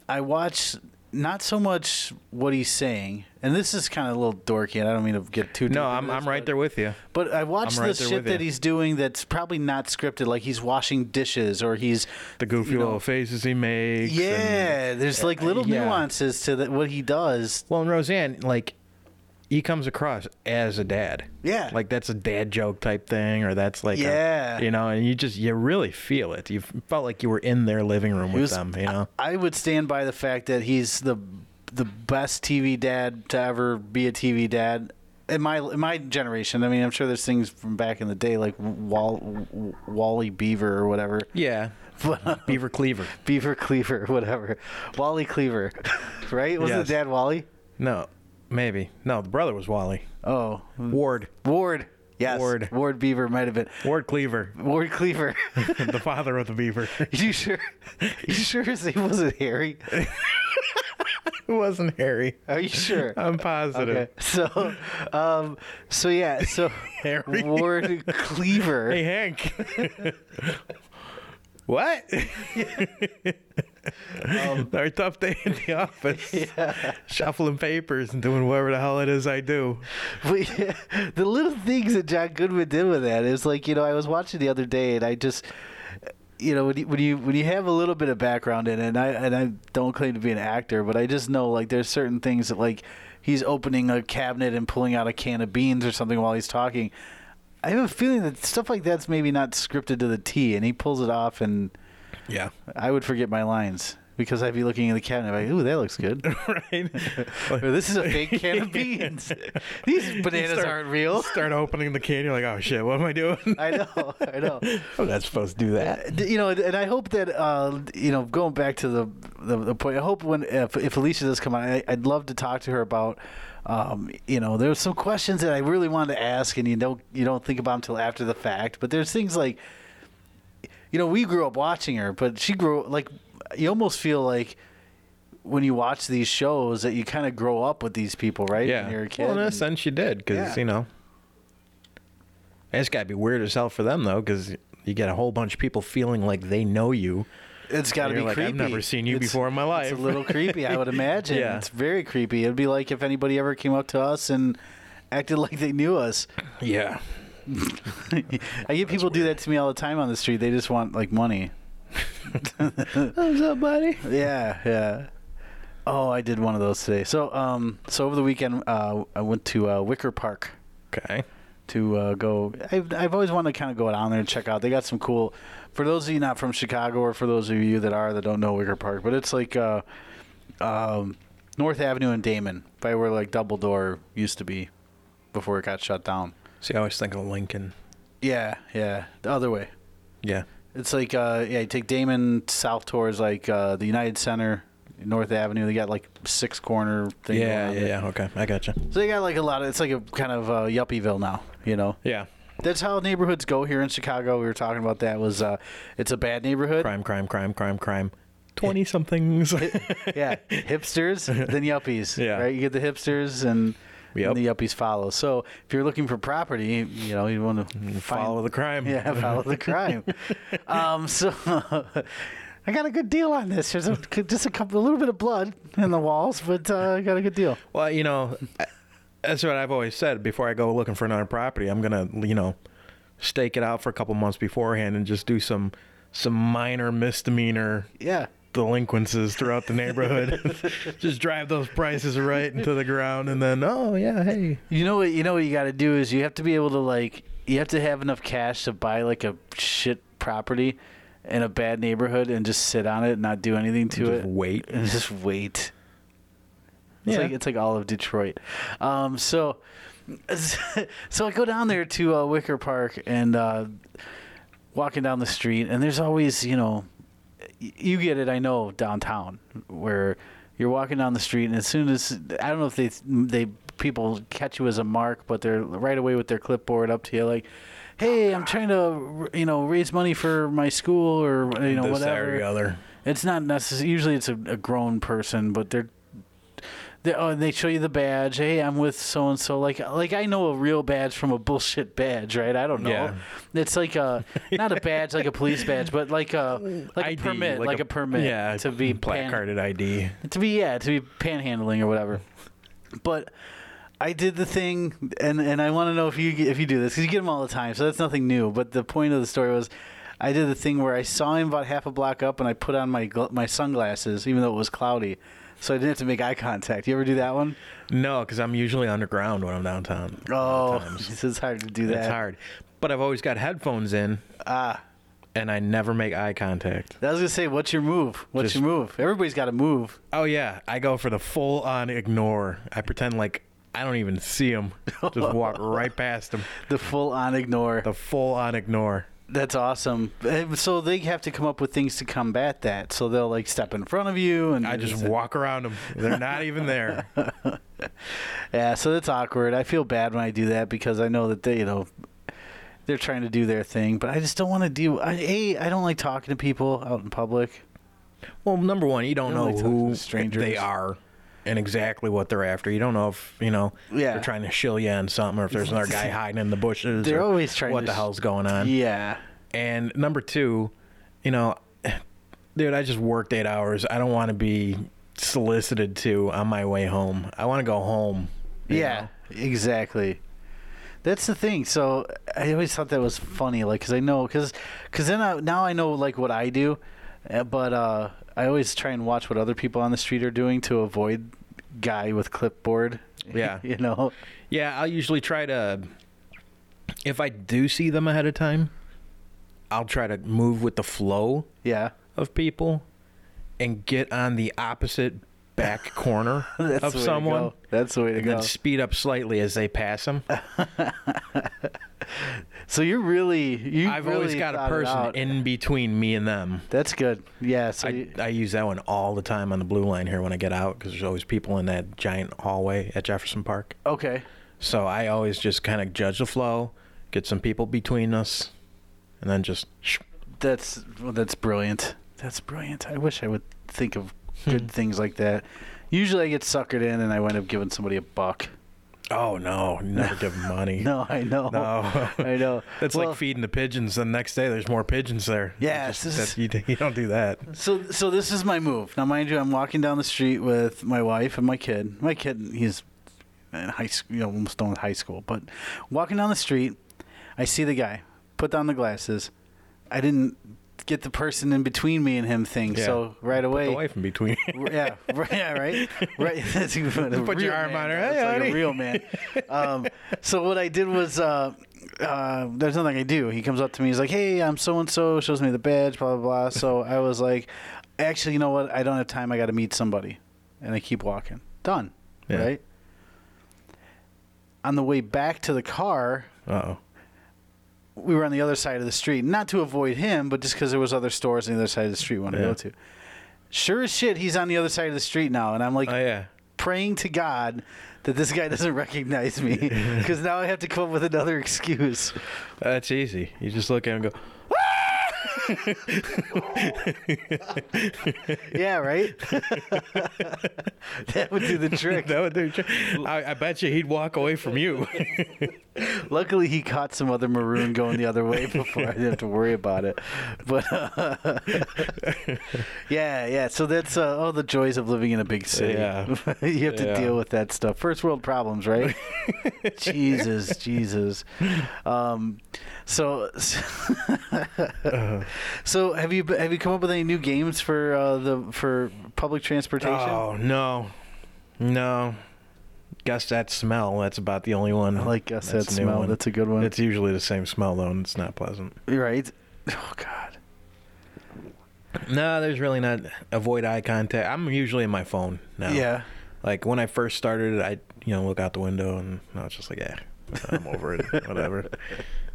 S1: I watched not so much what he's saying, and this is kind of a little dorky, and I don't mean to get too. deep
S2: No,
S1: into
S2: I'm
S1: this,
S2: I'm right
S1: but-
S2: there with you.
S1: But I watched
S2: I'm right
S1: the
S2: there
S1: shit
S2: with
S1: that
S2: you.
S1: he's doing that's probably not scripted. Like he's washing dishes or he's
S2: The goofy
S1: you know-
S2: little faces he makes. and-
S1: Yeah, there's like little
S2: yeah.
S1: nuances to that what he does.
S2: Well, and Roseanne, like, he comes across as a dad.
S1: Yeah.
S2: Like that's a dad joke type thing, or that's like, a-
S1: Yeah.
S2: you know, and you just you really feel it. You felt like you were in their living room with
S1: was-
S2: them. You know.
S1: I would stand by the fact that he's the the best TV dad to ever be a TV dad in my in my generation. I mean, I'm sure there's things from back in the day like Wall, Wally Beaver or whatever, <laughs>
S2: yeah. Beaver Cleaver.
S1: Beaver Cleaver, whatever, Wally Cleaver, <laughs> right? Wasn't
S2: Yes.
S1: the dad Wally?
S2: No, maybe no. The brother was Wally
S1: Oh,
S2: Ward.
S1: Ward. Yes,
S2: Ward.
S1: Ward Beaver might have been
S2: Ward Cleaver, <laughs>
S1: Ward Cleaver. <laughs>
S2: the father of the beaver. <laughs>
S1: you sure? You sure his name wasn't Harry?
S2: it wasn't Harry.
S1: Are you Oh, sure?
S2: I'm positive.
S1: Okay. So, um, so yeah, so
S2: <laughs> Harry.
S1: Ward Cleaver. <laughs>
S2: Hey Hank. what?
S1: Um,
S2: <laughs> Our tough day in the
S1: <laughs>
S2: office. Shuffling papers and doing whatever the hell it is I do.
S1: But, yeah, <laughs> the little things that John Goodman did with that is like you know I was watching the other day and I just you know when you when you, when you have a little bit of background in it and I and I don't claim to be an actor but I just know like there's certain things that like he's opening a cabinet and pulling out a can of beans or something while he's talking. I have a feeling that stuff like that's maybe not scripted to the T and he pulls it off and
S2: Yeah.
S1: I would forget my lines. Because I'd be looking in the cabinet, like, "Ooh, that looks good."
S2: <laughs>
S1: <laughs>
S2: Right?
S1: Or, this is a fake can of
S2: <laughs>
S1: beans. These bananas
S2: Start-
S1: aren't real.
S2: Start opening the can. You're like, oh shit, what am
S1: <laughs>
S2: I doing?
S1: I know, I know.
S2: I'm not supposed to do that.
S1: D- Uh, You know, and I hope that uh, you know, going back to the, the the point. I hope when if, if Alicia does come on, I, I'd love to talk to her about. Um, you know, there's some questions that I really wanted to ask, and you don't you don't think about until after the fact. But there's things like, you know, we grew up watching her, but she grew like you almost feel like when you watch these shows that you kind of grow up with these people, right?
S2: Yeah.
S1: When you're a kid.
S2: Well, in a
S1: and-
S2: sense, you did because
S1: Yeah.
S2: you know. It's got to be weird as hell for them though, because you get a whole bunch of people feeling like they know you.
S1: It's got to
S2: You're
S1: be
S2: like, "I've
S1: creepy.
S2: never seen you before in my life.
S1: It's a little creepy, I would
S2: <laughs>
S1: imagine.
S2: Yeah.
S1: It's very creepy. It'd be like if anybody ever came up to us and acted like they knew us. <laughs>
S2: Yeah.
S1: I get people do that to me all the time on the street. They just want like money.
S2: What's up, buddy?
S1: Yeah, yeah. Oh, I did one of those today. So, um, so over the weekend, uh, I went to uh, Wicker Park
S2: Okay.
S1: to uh, go. I've, I've always wanted to kind of go down there and check out. They got some cool. For those of you not from Chicago, or for those of you that are that don't know Wicker Park, but it's like uh, um, North Avenue and Damon, by where like Dumbledore used to be before it got shut down.
S2: See, I always think of Lincoln.
S1: Yeah, yeah, the other way.
S2: Yeah.
S1: It's like uh, yeah, you take Damon south towards like uh, the United Center, North Avenue. They got like six corner thing. going
S2: Yeah,
S1: on
S2: yeah,
S1: there.
S2: yeah. Okay, I gotcha.
S1: So they got like a lot of. It's like a kind of uh, yuppieville now, you know.
S2: Yeah.
S1: That's how neighborhoods go here in Chicago. We were talking about that. Was uh, it's a bad neighborhood.
S2: Crime, crime, crime, crime, crime. 20 somethings. <laughs>
S1: Yeah, hipsters, then yuppies.
S2: Yeah.
S1: right. You get the hipsters, and,
S2: Yep.
S1: and the yuppies follow. So if you're looking for property, you know you want to
S2: Follow the crime.
S1: <laughs> Yeah, follow the
S2: <laughs>
S1: crime. um, so <laughs> I got a good deal on this. There's a, just a couple, a little bit of blood in the walls, but uh, I got a good deal.
S2: Well, you know, I- that's what I've always said. Before I go looking for another property, I'm gonna, you know, stake it out for a couple months beforehand and just do some some minor misdemeanor
S1: Yeah.
S2: delinquencies throughout
S1: <laughs>
S2: the neighborhood. <laughs> just drive those prices right into the ground, and then oh yeah, hey,
S1: You know what? You know what you got to do is you have to be able to like you have to have enough cash to buy like a shit property in a bad neighborhood and just sit on it and not do anything to
S2: just
S1: it
S2: wait.
S1: and just wait. It's
S2: Yeah.
S1: like it's like all of Detroit. Um, so <laughs> so I go down there to uh, Wicker Park and uh, walking down the street and there's always you know y- you get it I know downtown where you're walking down the street and as soon as I don't know if they they people catch you as a mark but they're right away with their clipboard up to you like hey I'm trying to you know raise money for my school or you know
S2: This, that,
S1: whatever
S2: or the other.
S1: it's not necessary. Usually, it's a, a grown person, but they're They, oh, and they show you the badge. Hey, I'm with so and so. Like, like I know a real badge from a bullshit badge, right? I don't know.
S2: Yeah.
S1: It's like a not a badge, like a police badge, but like a like
S2: ID,
S1: a permit, like, a, permit
S2: yeah,
S1: to be pan-
S2: <laughs> placarded ID.
S1: to be yeah to be panhandling or whatever but i did the thing and and i want to know if you if you do this because you get them all the time so that's nothing new but the point of the story was i did the thing where i saw him about half a block up and i put on my gl- my sunglasses even though it was cloudy so i didn't have to make eye contact you ever do that one?
S2: No, because I'm usually underground when I'm downtown. a lot
S1: Oh, <laughs>
S2: of times.
S1: this is hard to do that
S2: it's hard. But I've always got headphones in. Ah. And I never make eye contact.
S1: i was gonna say what's your move what's
S2: Just-
S1: your move everybody's got to move
S2: Oh yeah, I go for the full on ignore. I pretend like I don't even see them. Just walk
S1: <laughs>
S2: right past them.
S1: the full on ignore
S2: The full on ignore.
S1: That's awesome. Eh, So they have to come up with things to combat that. So they'll like step in front of you, and
S2: I just walk around them. They're not even there.
S1: yeah. So that's awkward. I feel bad when I do that because I know that they, you know, they're trying to do their thing, but I just don't want to do. I, a, I don't like talking to people out in public.
S2: Well, number one, you don't
S1: don't
S2: know
S1: like talking
S2: who
S1: to strangers.
S2: they are and exactly what they're after. You don't know if you know
S1: Yeah.
S2: they're trying to shill you on something or if there's
S1: <laughs>
S2: another guy hiding in the bushes.
S1: They're
S2: or
S1: always trying
S2: What
S1: to
S2: the
S1: sh-
S2: hell's going on?
S1: Yeah.
S2: And number two, you know, <sighs> dude, I just worked eight hours. I don't want to be solicited to on my way home. I want to go home. you
S1: Yeah,
S2: know?
S1: exactly. That's the thing. So I always thought that was funny, like, cause I know, cause, cause then I, now I know like what I do, uh, but uh, I always try and watch what other people on the street are doing to avoid guy with clipboard.
S2: Yeah.
S1: <laughs> you know.
S2: Yeah, I'll usually try to. If I do see them ahead of time, I'll try to move with the flow
S1: Yeah.
S2: of people and get on the opposite
S1: <laughs>
S2: back corner
S1: That's
S2: of
S1: the way to
S2: someone
S1: go. That's the way to
S2: and
S1: go.
S2: then speed up slightly as they
S1: <laughs>
S2: pass them.
S1: So you're really you.
S2: I've
S1: really
S2: always got
S1: thought
S2: a
S1: it
S2: person
S1: out.
S2: in between me and them.
S1: That's good. Yeah. So
S2: I,
S1: you-
S2: I use that one all the time on the blue line here when I get out because there's always people in that giant hallway at Jefferson Park.
S1: okay.
S2: So I always just kind of judge the flow, get some people between us, and then just sh-
S1: That's well, that's brilliant. That's brilliant. I wish I would think of
S2: Hmm.
S1: good things like that. Usually I get suckered in and I wind up giving somebody a buck. <laughs>
S2: oh no, never give 'em money.
S1: No, I <laughs> know.
S2: No.
S1: I know.
S2: <laughs> That's
S1: Well,
S2: like feeding the pigeons. The next day, there's more pigeons there. You
S1: Yeah,
S2: just-
S1: this is-
S2: that- <laughs> you, you don't do that.
S1: So, so this is my move. Now, mind you, I'm walking down the street with my wife and my kid. My kid, he's in high school, you know, almost done with high school. But walking down the street, I see the guy. Put down the glasses. I didn't get the person in between me and him thing.
S2: Yeah.
S1: So right away,
S2: The wife in between. <laughs>
S1: yeah, <laughs> right, yeah, right, right. <laughs> That's what a
S2: Put your
S1: real
S2: arm
S1: man
S2: on her.
S1: does,
S2: Hey,
S1: like
S2: honey.
S1: a real
S2: <laughs>
S1: man. Um, so what I did was, uh, uh, there's nothing I do. He comes up to me. He's like, "Hey, I'm so and so." Shows me the badge. Blah blah blah. So I was like, "Actually, you know what? I don't have time. I got to meet somebody," and I keep walking. Done.
S2: Yeah.
S1: Right. On the way back to the car,
S2: oh,
S1: we were on the other side of the street, not to avoid him, but just because there was other stores on the other side of the street we wanted to
S2: Yeah.
S1: go to. Sure as shit, he's on the other side of the street now, and I'm like
S2: oh yeah.
S1: praying to God that this guy doesn't <laughs> recognize me because now I have to come up with another excuse.
S2: That's easy. You just look at him and go.
S1: Yeah, right. <laughs> that would do the
S2: <laughs>
S1: trick.
S2: That would do. I, I bet you he'd walk away
S1: <laughs>
S2: from you.
S1: Luckily, he caught some other maroon going the other way before I didn't have to worry about it. But uh, <laughs> yeah, yeah. So that's uh, all the joys of living in a big city.
S2: Yeah.
S1: <laughs> you have to
S2: Yeah.
S1: deal with that stuff. First world problems,
S2: <laughs>
S1: right? Jesus, Jesus. Um, so,
S2: Uh-huh.
S1: so have you have you come up with any new games for uh, the for public transportation?
S2: oh no, no. Guess that smell. That's about the only one. I
S1: like Guess That Smell. That's a good one.
S2: It's usually the same smell though, and it's not pleasant.
S1: Right. Oh God.
S2: No, there's really not. Avoid eye contact. I'm usually in my phone now.
S1: Yeah.
S2: Like when I first started, I you know look out the window and I was just like, yeah, I'm over <laughs> it. Whatever.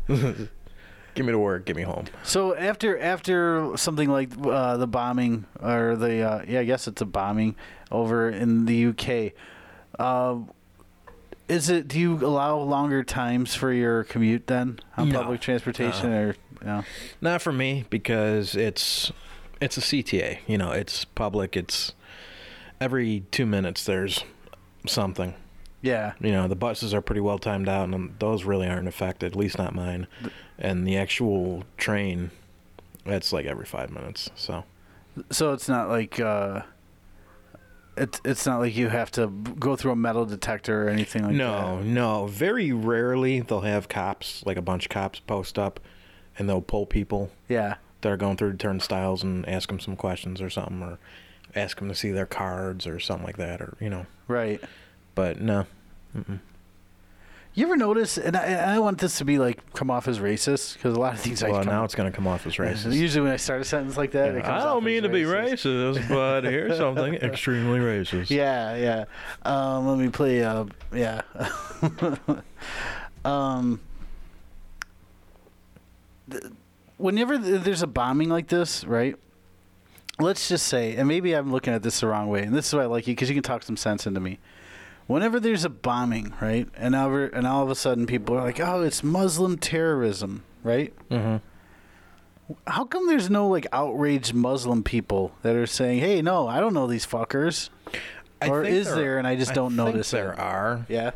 S2: Give me to work. Give me home.
S1: So after after something like uh, the bombing or the uh, yeah I guess it's a bombing over in the UK, uh, is it do you allow longer times for your commute then on
S2: No.
S1: public transportation or no?
S2: Not for me because it's it's a CTA. You know, it's public. It's every two minutes there's something.
S1: Yeah.
S2: You know, the buses are pretty well timed out, and um, those really aren't affected. At least not mine. And the actual train, that's like every five minutes. So
S1: So it's not like uh, it's it's not like you have to b- go through a metal detector or anything like
S2: no,
S1: that.
S2: no. Very rarely they'll have cops, like a bunch of cops, post up, and they'll pull people
S1: Yeah.
S2: that are going through turnstiles and ask them some questions or something, or ask them to see their cards or something like that, or you know.
S1: Right.
S2: But no,
S1: You ever notice? And I, and I don't want this to be like come off as racist because a lot of things I
S2: well
S1: come-
S2: now it's gonna come off as racist.
S1: usually when I start a sentence like that, it comes
S2: I
S1: off as
S2: don't mean to be
S1: racist.
S2: racist, but
S1: <laughs>
S2: here's something extremely racist.
S1: Yeah, yeah. Um, let me play. Uh, yeah. <laughs> um, th- whenever th- there's a bombing like this, right? Let's just say, and maybe I'm looking at this the wrong way, and this is why I like you because you can talk some sense into me. Whenever there's a bombing, right, and all, and all of a sudden people are like, "Oh, it's Muslim terrorism," right?
S2: Mm-hmm.
S1: How come there's no like outraged Muslim people that are saying, "Hey, no, I don't know these fuckers."
S2: I
S1: Or
S2: think
S1: is there and I just don't
S2: think
S1: notice it?
S2: there are.
S1: Yeah.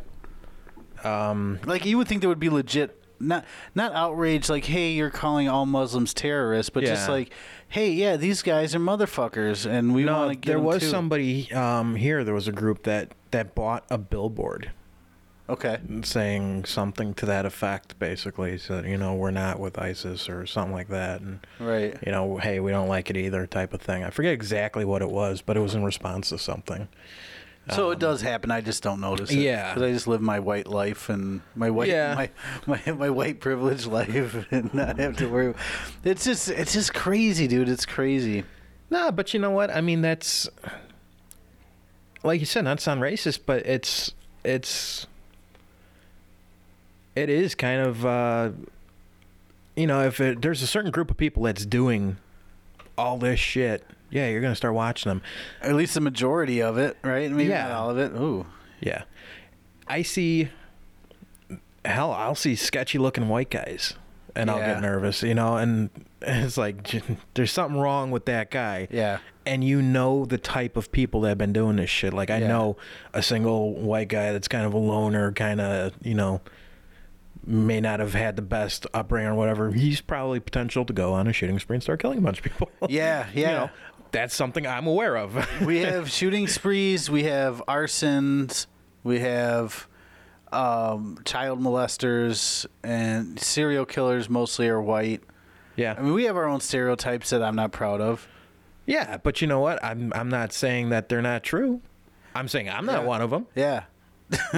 S1: Um, like you would think there would be legit, not not outrage. Like, hey, you're calling all Muslims terrorists, but just
S2: Yeah.
S1: like, hey, yeah, these guys are motherfuckers, and we
S2: No,
S1: want to get
S2: Uh, there
S1: 'em
S2: was
S1: too.
S2: somebody um, here. There was a group that that bought a billboard
S1: Okay.
S2: saying something to that effect, basically. So you know, we're not with ISIS or something like that, and
S1: Right.
S2: you know, hey, we don't like it either, type of thing. I forget exactly what it was, but it was in response to something.
S1: So it does happen. I just don't notice it.
S2: Um, Yeah.
S1: Because I just live my white life and my white
S2: Yeah.
S1: my, <laughs> my my white privileged life <laughs> and not have to worry. It's just it's just crazy, dude. It's crazy.
S2: Nah, but you know what? I mean, that's like you said, not to sound racist, but it's it's it is kind of uh, you know, if it, there's a certain group of people that's doing all this shit, yeah, you're gonna start watching them.
S1: At least the majority of it, right? Maybe
S2: Yeah.
S1: not all of it. Ooh.
S2: Yeah, I see. Hell, I'll see sketchy looking white guys, and I'll
S1: Yeah.
S2: get nervous, you know. And <laughs> it's like j- there's something wrong with that guy.
S1: Yeah.
S2: and you know the type of people that have been doing this shit. Like I
S1: Yeah.
S2: know a single white guy that's kind of a loner, kind of you know, may not have had the best upbringing or whatever. He's probably potential to go on a shooting spree and start killing a bunch of people. <laughs>
S1: Yeah,
S2: You
S1: yeah.
S2: know, that's something I'm aware of. <laughs>
S1: we have shooting sprees. We have arsons. We have um, child molesters and serial killers. Mostly are white.
S2: yeah,
S1: I mean, we have our own stereotypes that I'm not proud of.
S2: yeah. But you know what? I'm I'm not saying that they're not true. I'm saying I'm not
S1: Yeah.
S2: one of
S1: <laughs>
S2: them,
S1: Yeah,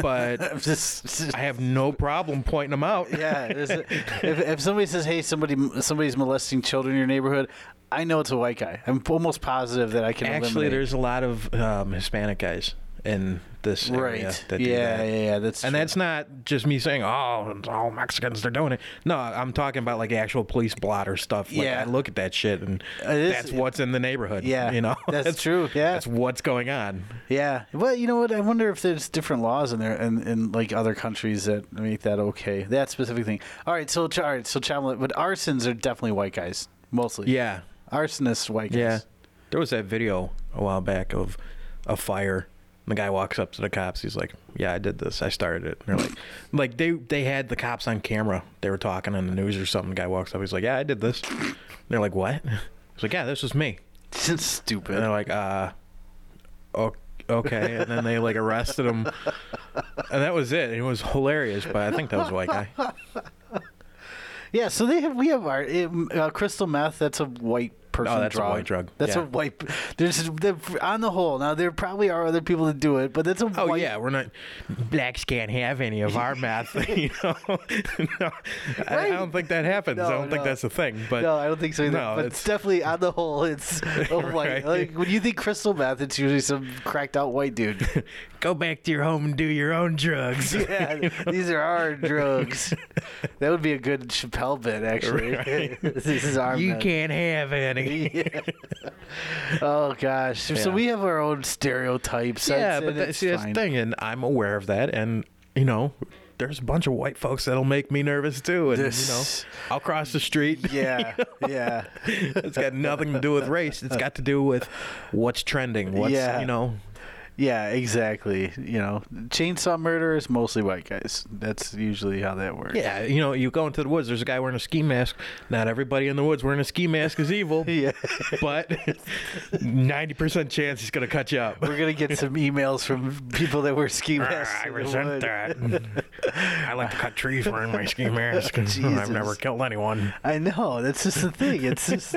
S2: but
S1: Just- just-
S2: I have no problem pointing them out.
S1: yeah. there's a- if, if somebody says, "Hey, somebody, somebody's molesting children in your neighborhood," I know it's a white guy. I'm almost positive that I can
S2: Actually,
S1: eliminate.
S2: there's a lot of um, Hispanic guys in this area
S1: right.
S2: that do
S1: Yeah,
S2: that.
S1: yeah, yeah. That's
S2: And
S1: true.
S2: that's not just me saying, "Oh, it's all Mexicans they're doing it." No, I'm talking about like actual police blotter stuff. Like,
S1: Yeah.
S2: I look at that shit, and
S1: is-
S2: that's what's in the neighborhood.
S1: Yeah,
S2: you know,
S1: that's true, yeah.
S2: <laughs> that's what's going on.
S1: Yeah. Well, you know what? I wonder if there's different laws in there and in, like other countries that make that okay. That specific thing. All right. So ch- all right. So child, mol- but arsons are definitely white guys mostly.
S2: Yeah,
S1: Arsonists, white guys.
S2: yeah. There was that video a while back of a fire. And the guy walks up to the cops. He's like, "Yeah, I did this. I started it." And they're like, "Like they they had the cops on camera. They were talking on the news or something." The guy walks up. He's like, "Yeah, I did this." And they're like, "What?" <laughs> He's like, "Yeah, this was me."
S1: It's
S2: and they're
S1: <laughs> stupid.
S2: like, uh, o- okay. And then they like arrested him, and that was it. It was hilarious, but I think that was a white guy.
S1: Yeah. So they have we have our uh, crystal meth. That's a white. Person
S2: Oh, that's a
S1: drug.
S2: white drug,
S1: That's
S2: yeah.
S1: a white. There's there- on the whole now. There probably are other people that do it, but that's a
S2: Oh
S1: white.
S2: yeah, we're not blacks can't have any of our math. <laughs> You know, no, I, I
S1: Right.
S2: don't think that happens. I
S1: No,
S2: don't think
S1: no.
S2: that's a thing. But
S1: no, I don't think so either.
S2: No,
S1: but
S2: it's-
S1: it's definitely on the whole,
S2: <laughs>
S1: it's a white.
S2: Right.
S1: Like when you think crystal meth, it's usually some cracked out white
S2: <laughs>
S1: dude. <laughs>
S2: go back to your home and do your own drugs.
S1: yeah, these are our
S2: <laughs>
S1: drugs. That would be a good Chappelle bit, actually. <laughs> this is our.
S2: you
S1: meth.
S2: can't have <laughs> any.
S1: Oh gosh. So
S2: Yeah.
S1: we have our own stereotypes.
S2: Yeah,
S1: That's-
S2: but
S1: and
S2: that,
S1: it's
S2: see, that's the
S1: fine.
S2: thing, and I'm aware of that, and you know, there's a bunch of white folks that'll make me nervous too, and
S1: This-
S2: you know, I'll cross the <laughs> street.
S1: <laughs> Yeah, yeah,
S2: it's got nothing to do with race. It's got to do with what's trending. What's
S1: Yeah.
S2: you know,
S1: Yeah, exactly. You know, chainsaw murderers mostly white guys. That's usually how that works.
S2: Yeah, you know, you go into the woods. There's a guy wearing a ski mask. Not everybody in the woods wearing a ski mask is <laughs> evil.
S1: <laughs> Yeah.
S2: but ninety percent chance he's gonna cut you up.
S1: We're gonna get some emails from people that wear ski masks.
S2: I
S1: in the wood.
S2: resent that. <laughs> I like to cut trees wearing my ski mask. <laughs>
S1: Jesus.
S2: I've never killed anyone.
S1: I know. That's just the thing. It's
S2: <laughs>
S1: just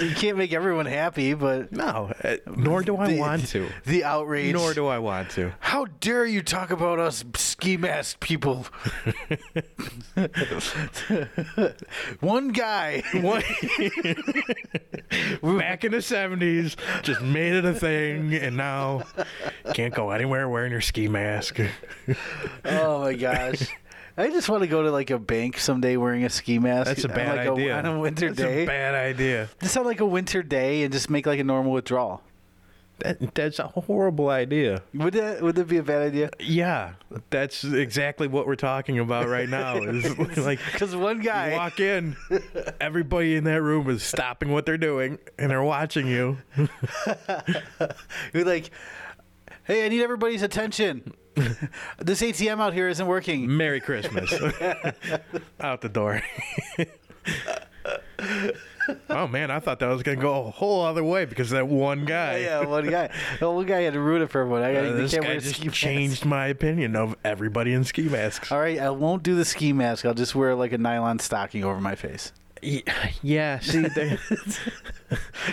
S1: you can't make everyone happy, but
S2: No, uh, nor do I
S1: the,
S2: want to.
S1: The outrage.
S2: <laughs> Nor do I want to.
S1: How dare you talk about us ski mask
S2: <laughs>
S1: people? <laughs> One
S2: <laughs>
S1: guy.
S2: What? Back in the seventies, just made it a thing, and now can't go anywhere wearing your ski mask. <laughs>
S1: Oh my gosh. I just want to go to like a bank someday wearing a ski mask.
S2: That's a
S1: on,
S2: bad
S1: like
S2: idea.
S1: on a winter
S2: That's
S1: day.
S2: a bad idea.
S1: just on like a winter day and just make like a normal withdrawal.
S2: That, that's a horrible idea.
S1: Would that would that be a bad idea?
S2: Yeah, that's exactly what we're talking about
S1: <laughs>
S2: right now. Is like
S1: Because one
S2: you
S1: guy. <laughs>
S2: walk in, everybody in that room is stopping what they're doing and they're watching you.
S1: You're like, hey, I need everybody's attention. <laughs> this ATM out here isn't working. <laughs>
S2: Merry Christmas. Out the door. oh man, I thought that was gonna go a whole other way because of that one guy.
S1: yeah, one guy. The one guy had to ruin it for everyone. I
S2: Uh,
S1: got
S2: this
S1: can't wear
S2: guy
S1: a
S2: just
S1: ski mask.
S2: changed my opinion of everybody in ski masks.
S1: All right, I won't do the ski mask. I'll just wear like a nylon stocking over my face. <sighs>
S2: Ye- Yeah, see, <laughs> they,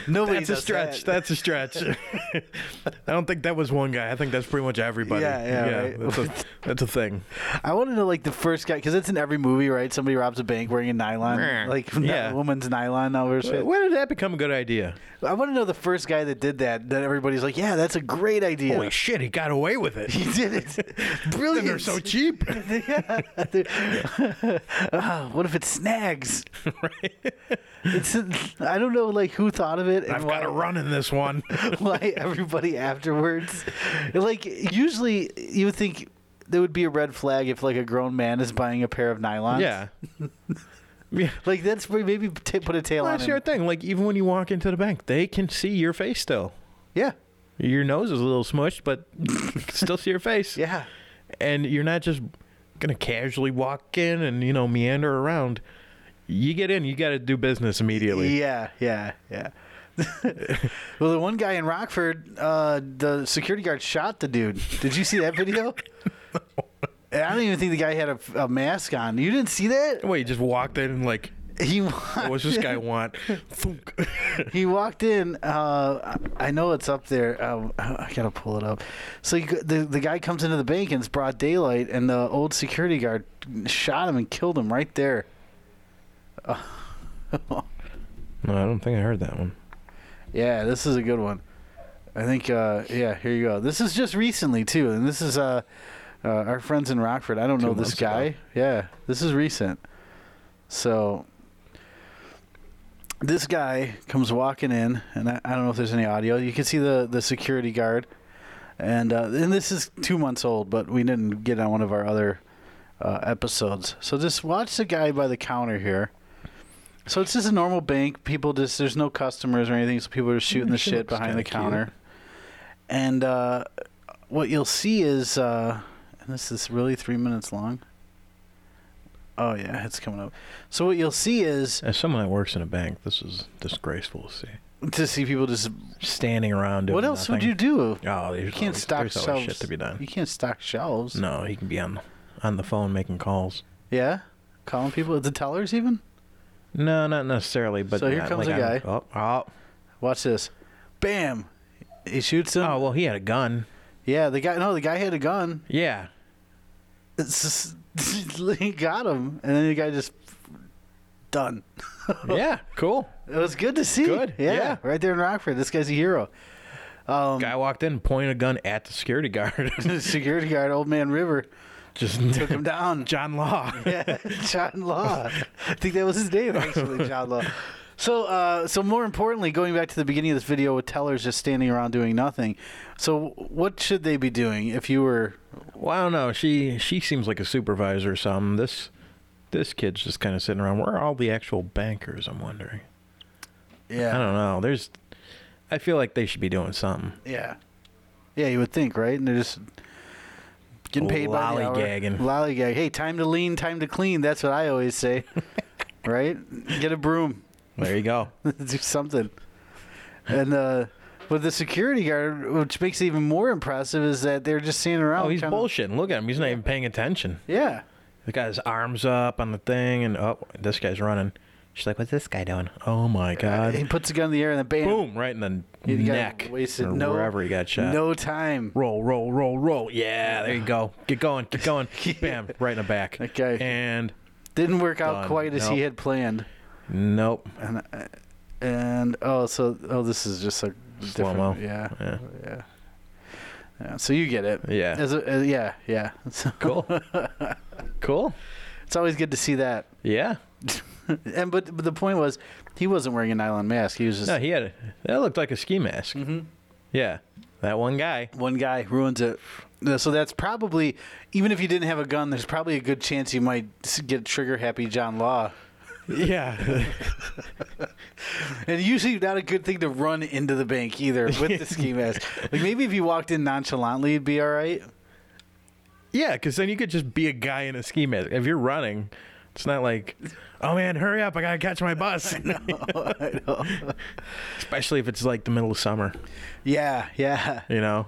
S1: Nobody
S2: that's a
S1: does
S2: stretch.
S1: that.
S2: That's
S1: <laughs>
S2: a stretch. I don't think that was one guy. I think that's pretty much everybody.
S1: Yeah, yeah, right. <laughs>
S2: that's, a, that's a thing.
S1: I want to know like the first guy because it's in every movie, right? Somebody robs a bank wearing a nylon,
S2: Meh.
S1: like <laughs>
S2: Yeah.
S1: a woman's nylon over his face.
S2: When did that become a good idea?
S1: I want to know the first guy that did that. That everybody's like, yeah, that's a great idea.
S2: Holy shit, he got away with
S1: <laughs>
S2: it.
S1: he <laughs> did it. Brilliant.
S2: And they're so cheap.
S1: <laughs> Ah, what if it
S2: <laughs>
S1: snags? It's I don't know like who thought of it and
S2: I've
S1: why,
S2: got to run in
S1: <laughs>
S2: this one.
S1: why everybody afterwards. Like usually you would think there would be a red flag if like a grown man is buying a pair of nylons. <laughs>
S2: <laughs> yeah. yeah.
S1: Like that's where maybe t- put a tail
S2: Well,
S1: on
S2: that's
S1: him.
S2: your thing. Like, even when you walk into the bank, they can see your face still.
S1: Yeah.
S2: Your nose is a little smushed, but <laughs> you can still see your face.
S1: Yeah.
S2: And you're not just going to casually walk in and, you know, meander around. You get in, you got to do business immediately.
S1: Yeah, yeah, yeah. <laughs> well, the one guy in Rockford, uh, the security guard shot the dude. Did you see that video? And I don't even think the guy had a, a mask on. You didn't see that?
S2: Wait, you just walked in and, like,
S1: He
S2: what's this guy want? Thunk.
S1: <laughs>
S2: <laughs>
S1: he walked in. Uh, I I know it's up there. Um, I gotta pull it up. So he, go- the the guy comes into the bank and it's broad daylight, and the old security guard shot him and killed him right there.
S2: no, I don't think I heard that one.
S1: Yeah, this is a good one. I think, uh, yeah, here you go. This is just recently too, and this is uh, uh, our friends in Rockford. I don't know this
S2: months ago.
S1: guy. Yeah, this is recent. So this guy comes walking in, and I, I don't know if there's any audio. You can see the the security guard, and uh, and this is two months old, but we didn't get on one of our other uh, episodes. So just watch the guy by the counter here. So it's just a normal bank. People just there's no customers or anything, so people are shooting the
S2: <laughs> she
S1: shit
S2: looks
S1: behind the
S2: kinda cute.
S1: counter. And uh, what you'll see is, uh, and this is really three minutes long. Oh yeah, it's coming up. So what you'll see is
S2: As someone that works in a bank, this is disgraceful to see.
S1: to see people just.
S2: Standing around doing
S1: What else would
S2: nothing.
S1: you do?
S2: Oh, there's
S1: You can't
S2: always,
S1: stock
S2: there's
S1: shelves.
S2: always shit to be done.
S1: You can't stock shelves.
S2: No, he can be on on the phone making calls.
S1: Yeah, calling people at the tellers even.
S2: No, not necessarily. But
S1: So here
S2: not
S1: comes
S2: like
S1: a
S2: on-
S1: guy.
S2: Oh, oh,
S1: Watch this. Bam. He shoots him.
S2: oh, well, he had a gun.
S1: Yeah, the guy. No, the guy had a gun.
S2: Yeah,
S1: It's just, <laughs> he got him, and then the guy just done.
S2: yeah, cool.
S1: It was good to see.
S2: Good,
S1: Yeah,
S2: yeah.
S1: right there in Rockford. This guy's a
S2: <laughs>
S1: hero.
S2: guy walked in, pointed a gun at the security guard. <laughs>
S1: Security guard, old man River,
S2: Just
S1: took him
S2: <laughs>
S1: down. <laughs>
S2: John Law.
S1: Yeah, John Law. I think that was his name actually, John
S2: <laughs>
S1: Law. So, uh, so more importantly, going back to the beginning of this video with tellers just standing around doing nothing. So, what should they be doing if you were?
S2: Well, I don't know. She she seems like a supervisor or something. This this kid's just kind of sitting around. Where are all the actual bankers? I'm wondering.
S1: Yeah,
S2: I don't know. There's. I feel like they should be doing something.
S1: Yeah. Yeah, you would think, right? And they're just getting paid by the hour.
S2: Lollygagging.
S1: Lollygag. Hey, time to lean, time to clean. That's what I always say.
S2: <laughs>
S1: right? Get a broom. <laughs>
S2: There you <laughs> go.
S1: do something. And uh but the security guard, which makes it even more impressive, is that they're just standing around.
S2: Oh, he's
S1: kinda-
S2: bullshitting. Look at him. He's not even paying attention.
S1: Yeah.
S2: The guy's arms up on the thing, and oh, this guy's running. She's like, "What's this guy doing?" Oh my
S1: he
S2: god!
S1: puts a gun in the air and then bam.
S2: Boom! Right in the
S1: He got
S2: neck,
S1: Wasted.
S2: or
S1: No,
S2: wherever he got shot.
S1: No time.
S2: Roll, roll, roll, roll. Yeah, there you go. Get going,
S1: <laughs>
S2: get going. Bam! Right in the back.
S1: Okay.
S2: And
S1: Didn't work out
S2: Done.
S1: quite as he
S2: Nope.
S1: had planned.
S2: nope.
S1: And oh, so oh, this is just a
S2: Slow mo.
S1: different. Yeah,
S2: Yeah.
S1: yeah, yeah. So you get it.
S2: Yeah.
S1: As a, uh, yeah, yeah. <laughs> So
S2: Cool.
S1: <laughs>
S2: cool.
S1: it's always good to see that.
S2: Yeah.
S1: And but, but the point was, he wasn't wearing a nylon mask. He was just
S2: No, he had a, that looked like a ski mask. Mm-hmm. Yeah, that one guy.
S1: one guy ruins it. Uh, So that's probably even if you didn't have a gun, there's probably a good chance you might s- get trigger happy John Law.
S2: Yeah.
S1: And usually not a good thing to run into the bank either with the
S2: <laughs>
S1: ski mask. Like maybe if you walked in nonchalantly, it'd be all right.
S2: <laughs> yeah, because then you could just be a guy in a ski mask. If you're running, it's not like, oh man, hurry up, I gotta catch
S1: <laughs>
S2: my bus. <laughs> Especially if it's like the middle of summer,
S1: Yeah, yeah.
S2: you know.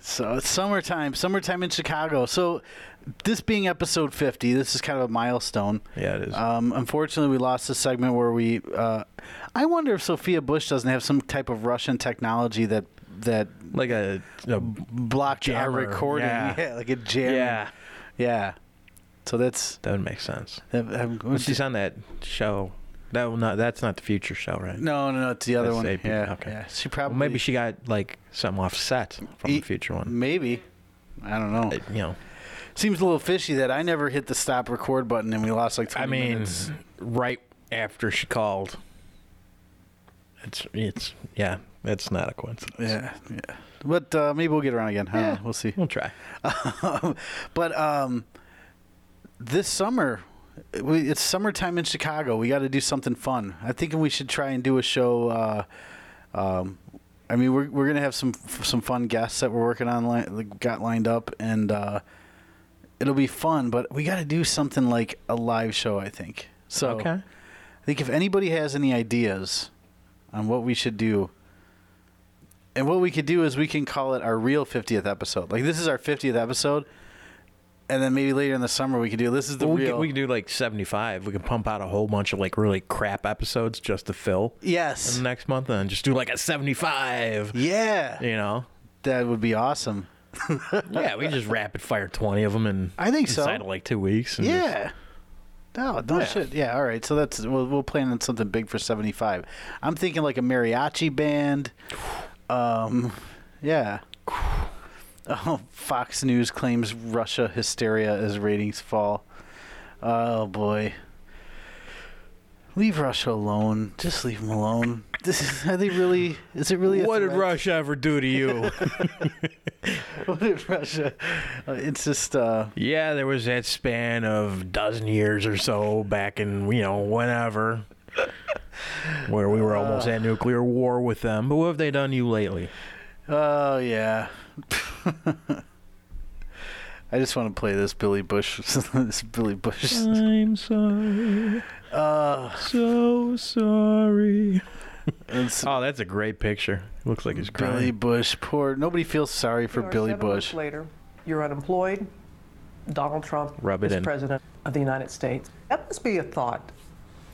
S1: So it's summertime, summertime in Chicago. So this being episode 50, this is kind of a milestone.
S2: Yeah, it is.
S1: Um, unfortunately, we lost the segment where we. Uh, I wonder if Sophia Bush doesn't have some type of Russian technology that that
S2: like a, a
S1: blocked our
S2: Jammer,
S1: recording. <laughs>
S2: yeah.
S1: like a jam.
S2: yeah,
S1: yeah. So that's.
S2: that would make sense.
S1: that- I'm-
S2: She's on that show. That will not. That's not the future show, right?
S1: no, no, no. It's the other
S2: That's
S1: one.
S2: AP,
S1: yeah.
S2: okay.
S1: Yeah. She
S2: Well,
S1: probably.
S2: maybe she got like something offset from
S1: E-
S2: the future one.
S1: Maybe. I don't know.
S2: Uh, You know.
S1: Seems a little fishy that I never hit the stop record button and we lost like 20
S2: I mean,
S1: minutes.
S2: right after she called. It's it's yeah, that's not a coincidence.
S1: Yeah, yeah. But uh, maybe we'll get around again. I don't know. We'll see.
S2: We'll try.
S1: <laughs> but um, this summer, we, it's summertime in Chicago. We got to do something fun. I think we should try and do a show. Uh, um, I mean, we're we're gonna have some some fun guests that we're working on li- like, got lined up, and uh, it'll be fun. But we got to do something like a live show. I think so.
S2: Okay.
S1: I think if anybody has any ideas on what we should do, and what we could do is we can call it our real 50th episode. Like this is our 50th episode, and then maybe later in the summer we could do this is the
S2: we
S1: real.
S2: could, we could do like seventy five. We could pump out a whole bunch of like really crap episodes just
S1: <laughs>
S2: to fill
S1: yes,
S2: the next month and just do like a seventy five.
S1: yeah,
S2: You know?
S1: that would be awesome.
S2: Yeah, we just rapid fire twenty of them and
S1: I think so.
S2: inside of like two weeks. and just-
S1: Yeah. No, no shit. Yeah, all right. So that's we'll, we'll plan on something big for seventy five. I'm thinking like a mariachi band. Um, yeah. Oh, Fox News claims Russia hysteria as ratings fall. Oh boy. Leave Russia alone. Just leave them alone. This is, are they really? Is it really? a
S2: What did
S1: threat?
S2: Russia ever do to you?
S1: <laughs> What did Russia? Uh, it's just. Uh,
S2: Yeah, there was that span of dozen years or so back in you know whenever, where we were almost at nuclear war with them. But what have they done to you lately?
S1: Oh yeah. <laughs> I just want to play this Billy Bush. <laughs> this Billy Bush.
S7: Mm.
S2: I'm sorry,
S1: Uh,
S2: so sorry.
S1: it's
S2: Oh, that's a great picture. Looks like he's crying.
S1: Billy Bush. Poor. Nobody feels sorry for
S7: You are
S1: Billy
S7: seven
S1: Bush.
S7: months Later, you're unemployed. Donald Trump
S2: Rub it
S7: is
S2: in.
S7: president of the United States. That must be a thought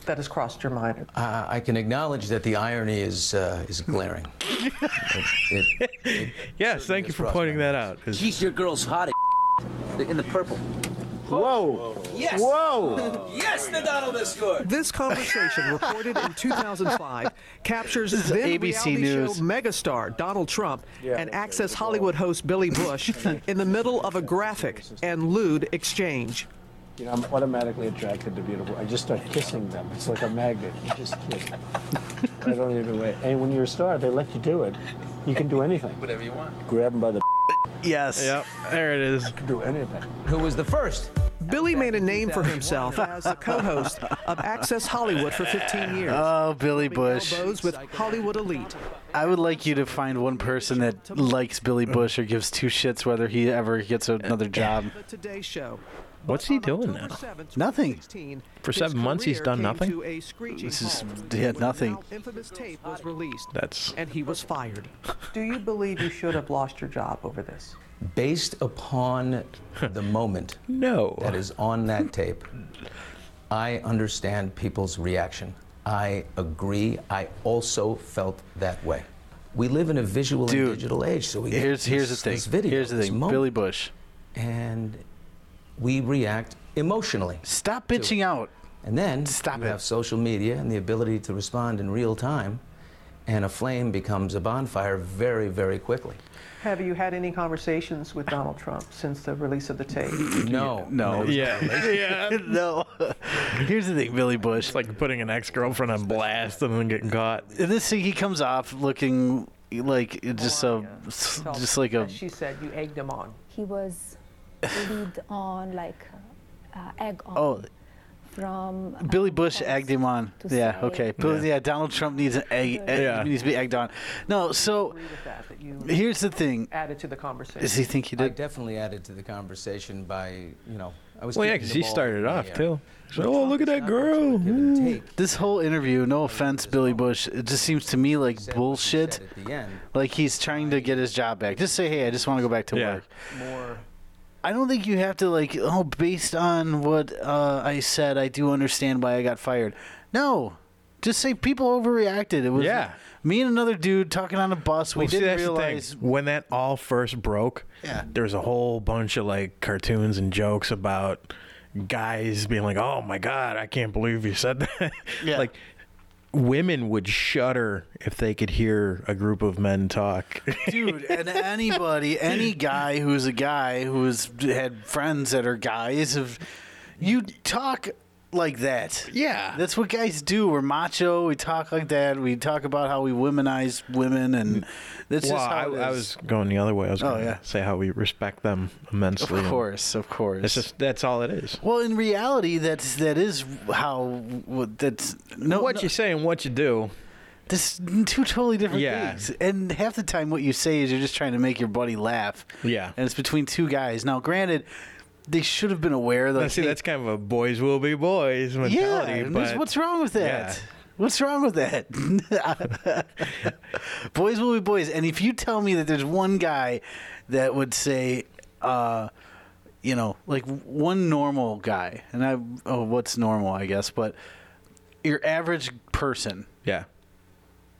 S7: that has crossed your mind.
S8: Uh, I can acknowledge that the irony is uh, is
S1: <laughs>
S8: glaring. It- it-
S2: yes, thank you for pointing that out. It's-
S9: Geez, your girl's hot as in the purple.
S8: yes.
S9: Yes, the Donald is good.
S10: This conversation, recorded in 2005, captures then
S1: ABC
S10: reality
S1: News.
S10: show megastar Donald Trump and Access Hollywood host Billy Bush in the middle of a graphic and lewd exchange.
S11: You know, I'm automatically attracted to beautiful. I just start kissing them. It's like a magnet. You just kiss. I don't even wait. And when you're a star, they let you do it. You can do anything. Whatever you want. Grab them by the.
S1: Yes.
S2: Yep, there it is.
S11: Do anything.
S8: Who was the first?
S10: Billy made a name for himself as the co-host of Access Hollywood for 15 years.
S2: Uh,
S1: Oh, Billy Bush.
S10: Elbows with Hollywood elite.
S1: I would like you to find one person that likes
S8: Mm.
S1: Billy Bush or gives two shits whether he ever gets another job.
S10: The Today Show.
S2: What's he doing now?
S1: Nothing.
S2: For seven months, he's done nothing?
S10: This
S1: is yeah, nothing.
S10: Infamous tape was released.
S2: That's
S10: and he was fired.
S7: <laughs> Do you believe you should have lost your job over this?
S8: Based
S1: <laughs>
S8: upon the moment
S2: no.
S8: that is on that tape, I understand people's reaction. I agree. I also felt that way. We live in a visual and digital age, so we get
S1: Here's here's the
S8: this-
S1: thing.
S8: this video,
S1: here's the
S8: this
S1: thing.
S8: moment,
S1: Billy Bush.
S8: and we react emotionally.
S1: Stop bitching out. <laughs>
S8: And then
S1: Stop
S8: you
S1: it.
S8: have social media and the ability to respond in real time, and a flame becomes a bonfire very, very
S2: <clears throat>
S8: quickly.
S7: Have you had any conversations with Donald Trump since the release of the tape?
S8: No,
S1: No. <laughs>
S2: Yeah. yeah.
S1: no. Here's the thing, Billy Bush.
S2: It's like putting an ex girlfriend on blast and then getting caught.
S1: In this thing, he comes off looking like just a s-
S7: Felt-
S1: <laughs> just like a
S7: as she said you egged him on.
S12: he was lead on like uh, egg on
S1: oh.
S12: from
S1: Billy Bush egged him on.
S12: to
S1: Yeah,
S12: say-
S1: okay. Bill- yeah. Donald Trump needs an egg, egg-
S2: Yeah.
S1: needs to be egged on. No, so
S7: Agree with that that you
S1: here's the thing.
S7: added to the conversation.
S1: Does he think he
S8: I
S1: did?
S8: definitely added to the conversation by, you know, I was.
S2: Well, yeah,
S8: keeping
S2: 'cause
S8: the
S2: he
S8: ball
S2: started it
S8: in the
S2: off,
S8: air.
S2: too. Mm-hmm. He's like,
S8: Trump
S2: "Oh, look at
S8: is
S2: that
S8: not going to
S2: girl."
S8: give and
S2: Ooh.
S8: take.
S1: This whole interview, no offense, Billy Bush, it just seems to me like
S8: Said what he
S1: bullshit.
S8: said At the end,
S1: Like he's trying to get his job back. Just say, hey, I just want to go back to
S2: Yeah.
S1: work.
S8: more.
S1: I don't think you have to like, oh, based on what uh, I said, I do understand why I got fired. No, just say people overreacted. It was
S2: Yeah.
S1: me and another dude talking on a bus. We
S2: Well, see,
S1: didn't
S2: that's the thing.
S1: realize.
S2: when that all first broke.
S1: Yeah.
S2: there was a whole bunch of like cartoons and jokes about guys being like, "Oh my god, I can't believe you said that." <laughs>
S1: Yeah.
S2: like women would shudder if they could hear a group of men
S1: <laughs>
S2: talk.
S1: Dude, and anybody, any guy who's a guy who's had friends that are guys, if you talk like that.
S2: Yeah.
S1: That's what guys do. We're macho. We talk like that. We talk about how we womanize women, and that's
S2: well,
S1: just
S2: I,
S1: how it
S2: I
S1: is.
S2: was going the other way. I was
S1: Oh,
S2: going to
S1: yeah.
S2: say how we respect them immensely.
S1: Of course, of course.
S2: It's just that's all it is.
S1: Well, in reality, that's that is how what- that's no.
S2: what
S1: no,
S2: you say and what you do.
S1: This two totally different
S2: Yeah.
S1: things. And half the time, what you say is you're just trying to make your buddy laugh.
S2: Yeah.
S1: And it's between two guys. Now, granted, they should have been aware that.
S2: Now, see, that's kind of a boys will be boys mentality.
S1: yeah. what's-
S2: but
S1: what's wrong with that?
S2: Yeah.
S1: What's wrong with that? <laughs> boys will be boys. And if you tell me that there's one guy that would say, uh, you know, like one normal guy, and I, oh, what's normal, I guess, but your average person
S2: yeah,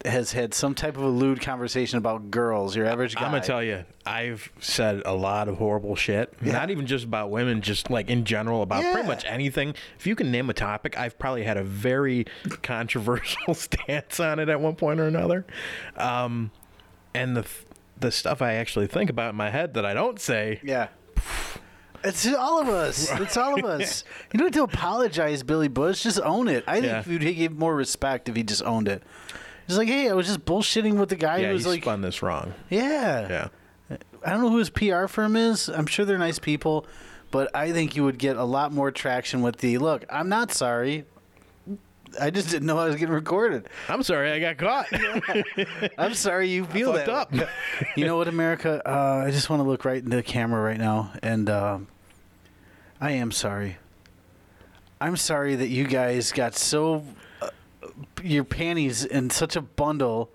S1: has had some type of a lewd conversation about girls. Your average guy.
S2: I'm gonna tell you, I've said a lot of horrible shit. Not even just about women, just like in general about
S1: Yeah.
S2: pretty much anything. If you can name a topic, I've probably had a very <laughs> controversial <laughs> stance on it at one point or another. Um, and the th- the stuff I actually think about in my head that I don't say.
S1: Yeah. It's all of
S2: <laughs>
S1: us. It's all of us. You don't have to apologize, Billy Bush. Just own it. I
S2: Yeah.
S1: think you'd give more respect if he just owned it. Just like, hey, I was just bullshitting with the guy
S2: yeah,
S1: who
S2: you
S1: was like,
S2: spun this wrong.
S1: yeah.
S2: Yeah.
S1: I don't know who his PR firm is. I'm sure they're nice people, but I think you would get a lot more traction with the look. I'm not sorry. I just didn't know I was getting recorded.
S2: I'm sorry, I got caught.
S1: I'm sorry you feel
S2: <laughs> fucked
S1: that. way.
S2: up.
S1: <laughs> you know what, America? Uh, I just want to look right into the camera right now, and um I am sorry. I'm sorry that you guys got so uh, your panties in such a bundle.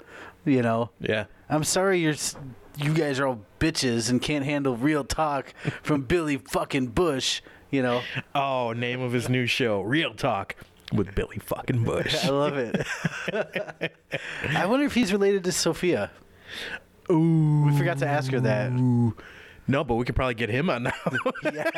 S1: You know,
S2: yeah.
S1: I'm sorry you're s- you guys are all bitches and can't handle real talk from Billy fucking Bush. You know,
S2: Oh, name of his new show, Real Talk with Billy fucking Bush.
S1: I love it. I wonder if he's related to Sophia.
S2: Ooh.
S1: We forgot to ask her that.
S2: No, but we could probably get him on <laughs> now.
S1: Yes.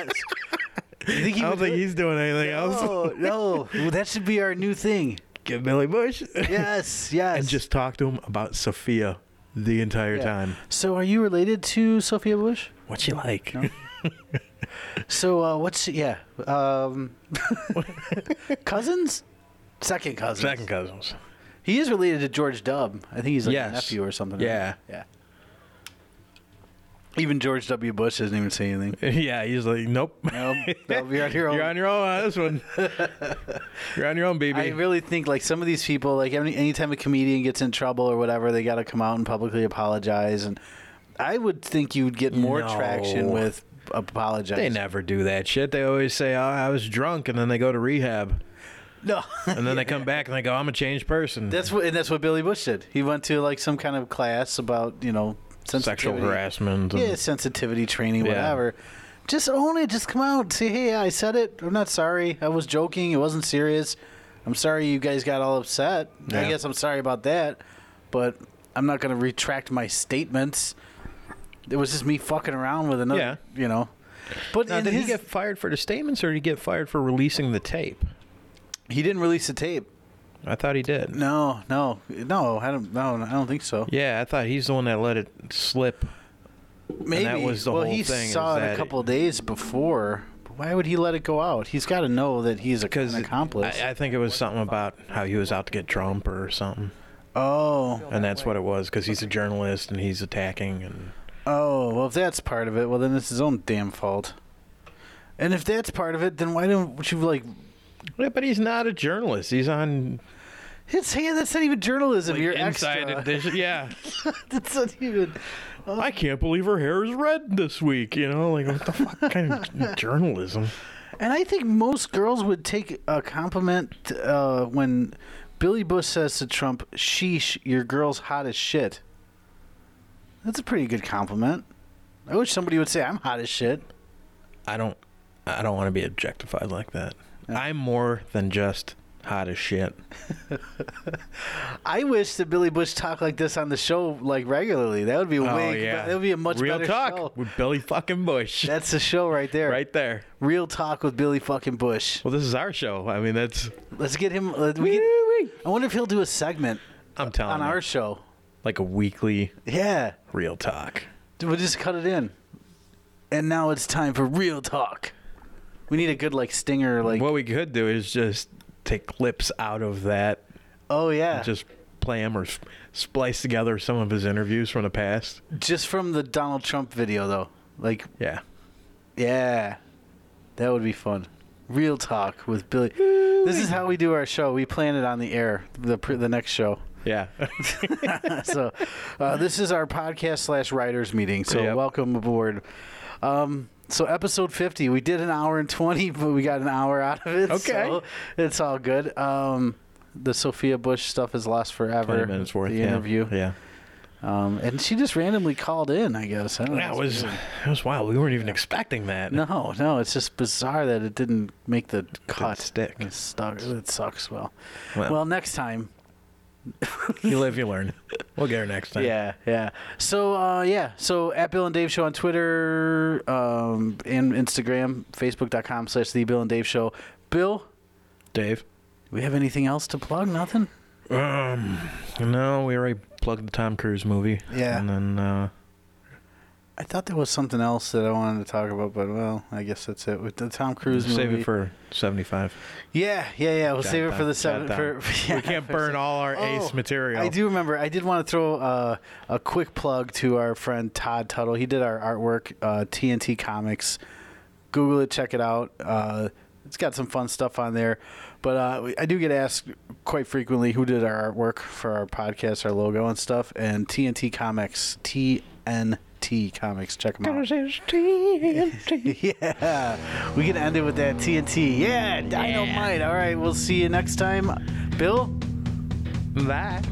S1: You think he
S2: I
S1: would
S2: don't think
S1: do it?
S2: he's doing anything else.
S1: Oh no, Well, that should be our new thing.
S2: Get Billy Bush.
S1: Yes, yes.
S2: and just talk to him about Sophia the entire
S1: Yeah.
S2: time.
S1: so, are you related to Sophia Bush?
S2: What's she like?
S1: So, uh, what's yeah, um, <laughs> cousins, second cousins.
S2: <laughs> Second cousins.
S1: He is related to George Dubb. I think he's like a
S2: Yes.
S1: nephew or something.
S2: Yeah.
S1: yeah. Even George W. Bush doesn't even say
S2: <laughs>
S1: anything.
S2: Yeah, he's like, nope.
S1: Nope. nope you're on your own.
S2: You're on your own on this one. <laughs> you're on your own, baby.
S1: I really think like some of these people, like any anytime a comedian gets in trouble or whatever, they got to come out and publicly apologize. And I would think you'd get more
S2: No.
S1: traction with apologize.
S2: They never do that shit. They always say, oh, I was drunk, and then they go to rehab.
S1: No.
S2: And then <laughs> they come back and they go, I'm a changed person.
S1: That's what and that's what Billy Bush did. He went to like some kind of class about you know
S2: Sexual
S1: sensitivity.
S2: harassment. and-
S1: Yeah, sensitivity training,
S2: Yeah.
S1: whatever. Just own it. Just come out. and Say, hey, I said it. I'm not sorry. I was joking. It wasn't serious. I'm sorry you guys got all upset. I
S2: Yeah.
S1: guess I'm sorry about that. But I'm not going to retract my statements. It was just me fucking around with another,
S2: Yeah.
S1: you know. But
S2: Now,
S1: in
S2: did
S1: his,
S2: he get fired for the statements, or did he get fired for releasing the tape?
S1: He didn't release the tape.
S2: I thought he did.
S1: No, no, no. I don't. No, I don't think so.
S2: Yeah, I thought he's the one that let it slip.
S1: Maybe.
S2: And that was the
S1: well,
S2: whole
S1: he
S2: thing. is
S1: saw it a
S2: that-
S1: couple of days before. But why would he let it go out? He's got to know that he's a, an accomplice.
S2: I, I think it was something about how he was out to get Trump or something.
S1: Oh.
S2: And that's what it was because he's a journalist and he's attacking and
S1: Oh, well, if that's part of it, well, then it's his own damn fault. And if that's part of it, then why don't you, like.
S2: Yeah, but he's not a journalist. He's on.
S1: It's, hey, that's not even journalism. You're
S2: inside
S1: extra.
S2: edition. Yeah,
S1: <laughs> that's not even.
S2: I can't believe her hair is red this week. You know, like what the fuck kind of journalism?
S1: And I think most girls would take a compliment uh, when Billy Bush says to Trump, sheesh, your girl's hot as shit. That's a pretty good compliment. I wish somebody would say, I'm hot as shit.
S2: I don't. I don't want to be objectified like that. I'm more than just hot as shit.
S1: I wish that Billy Bush talked like this on the show like regularly. That would be
S2: Oh,
S1: way
S2: yeah.
S1: that would be a much
S2: Real
S1: better
S2: talk
S1: show.
S2: with Billy fucking Bush.
S1: That's the show right there.
S2: Right there.
S1: Real talk with Billy fucking Bush.
S2: Well, this is our show. I mean, that's.
S1: Let's get him. Let, we get, I wonder if he'll do a segment.
S2: I'm telling
S1: on
S2: you.
S1: our show.
S2: like a weekly
S1: Yeah,
S2: real talk.
S1: we'll just cut it in. And now it's time for real talk. We need a good like stinger. Like
S2: what we could do is just take clips out of that.
S1: Oh yeah,
S2: and just play them or s- splice together some of his interviews from the past.
S1: just from the Donald Trump video though. Like
S2: yeah,
S1: yeah, that would be fun. Real talk with Billy. This is how we do our show. We plan it on the air. The pr- the next show. <laughs>
S2: Yeah.
S1: so uh, this is our podcast slash writers meeting. So
S2: Yep.
S1: welcome aboard. Um, so episode fifty, we did an hour and twenty, <laughs> but we got an hour out of it.
S2: Okay.
S1: so it's all good. Um, the Sophia Bush stuff is lost forever.
S2: 20 minutes worth.
S1: The
S2: yeah.
S1: interview,
S2: Yeah.
S1: um, and she just randomly called in. I guess I don't know.
S2: That was that was wild. We weren't even expecting that.
S1: No, no, it's just bizarre that it didn't make the cut. stick. It stuck. It sucks. Well, well,
S2: Well.
S1: next time.
S2: you live, you learn. We'll get her next time.
S1: Yeah, yeah. So, uh, yeah. So, at Bill and Dave Show on Twitter um, and Instagram, Facebook.com slash The Bill and Dave Show. Bill?
S2: Dave?
S1: We have anything else to plug? Nothing?
S2: Um, no, we already plugged the Tom Cruise movie.
S1: Yeah.
S2: And then uh,
S1: I thought there was something else that I wanted to talk about, but, well, I guess that's it. With the Tom Cruise
S2: save
S1: movie.
S2: it for seventy-five.
S1: Yeah, yeah, yeah. We'll
S2: Jot
S1: save it
S2: down,
S1: for the
S2: jot
S1: seven.
S2: down.
S1: For, <laughs>
S2: We can't burn all our ace material.
S1: Oh, I do remember. I did want to throw uh, a quick plug to our friend Todd Tuttle. He did our artwork, uh, TNT Comics. Google it, check it out. Uh, it's got some fun stuff on there. But uh, we- I do get asked quite frequently who did our artwork for our podcast, our logo, and stuff. And TNT Comics, TNT Comics. Check them out. yeah, we can end it with that TNT. Yeah, dynamite. All right, we'll see you next time, Bill.
S2: Bye.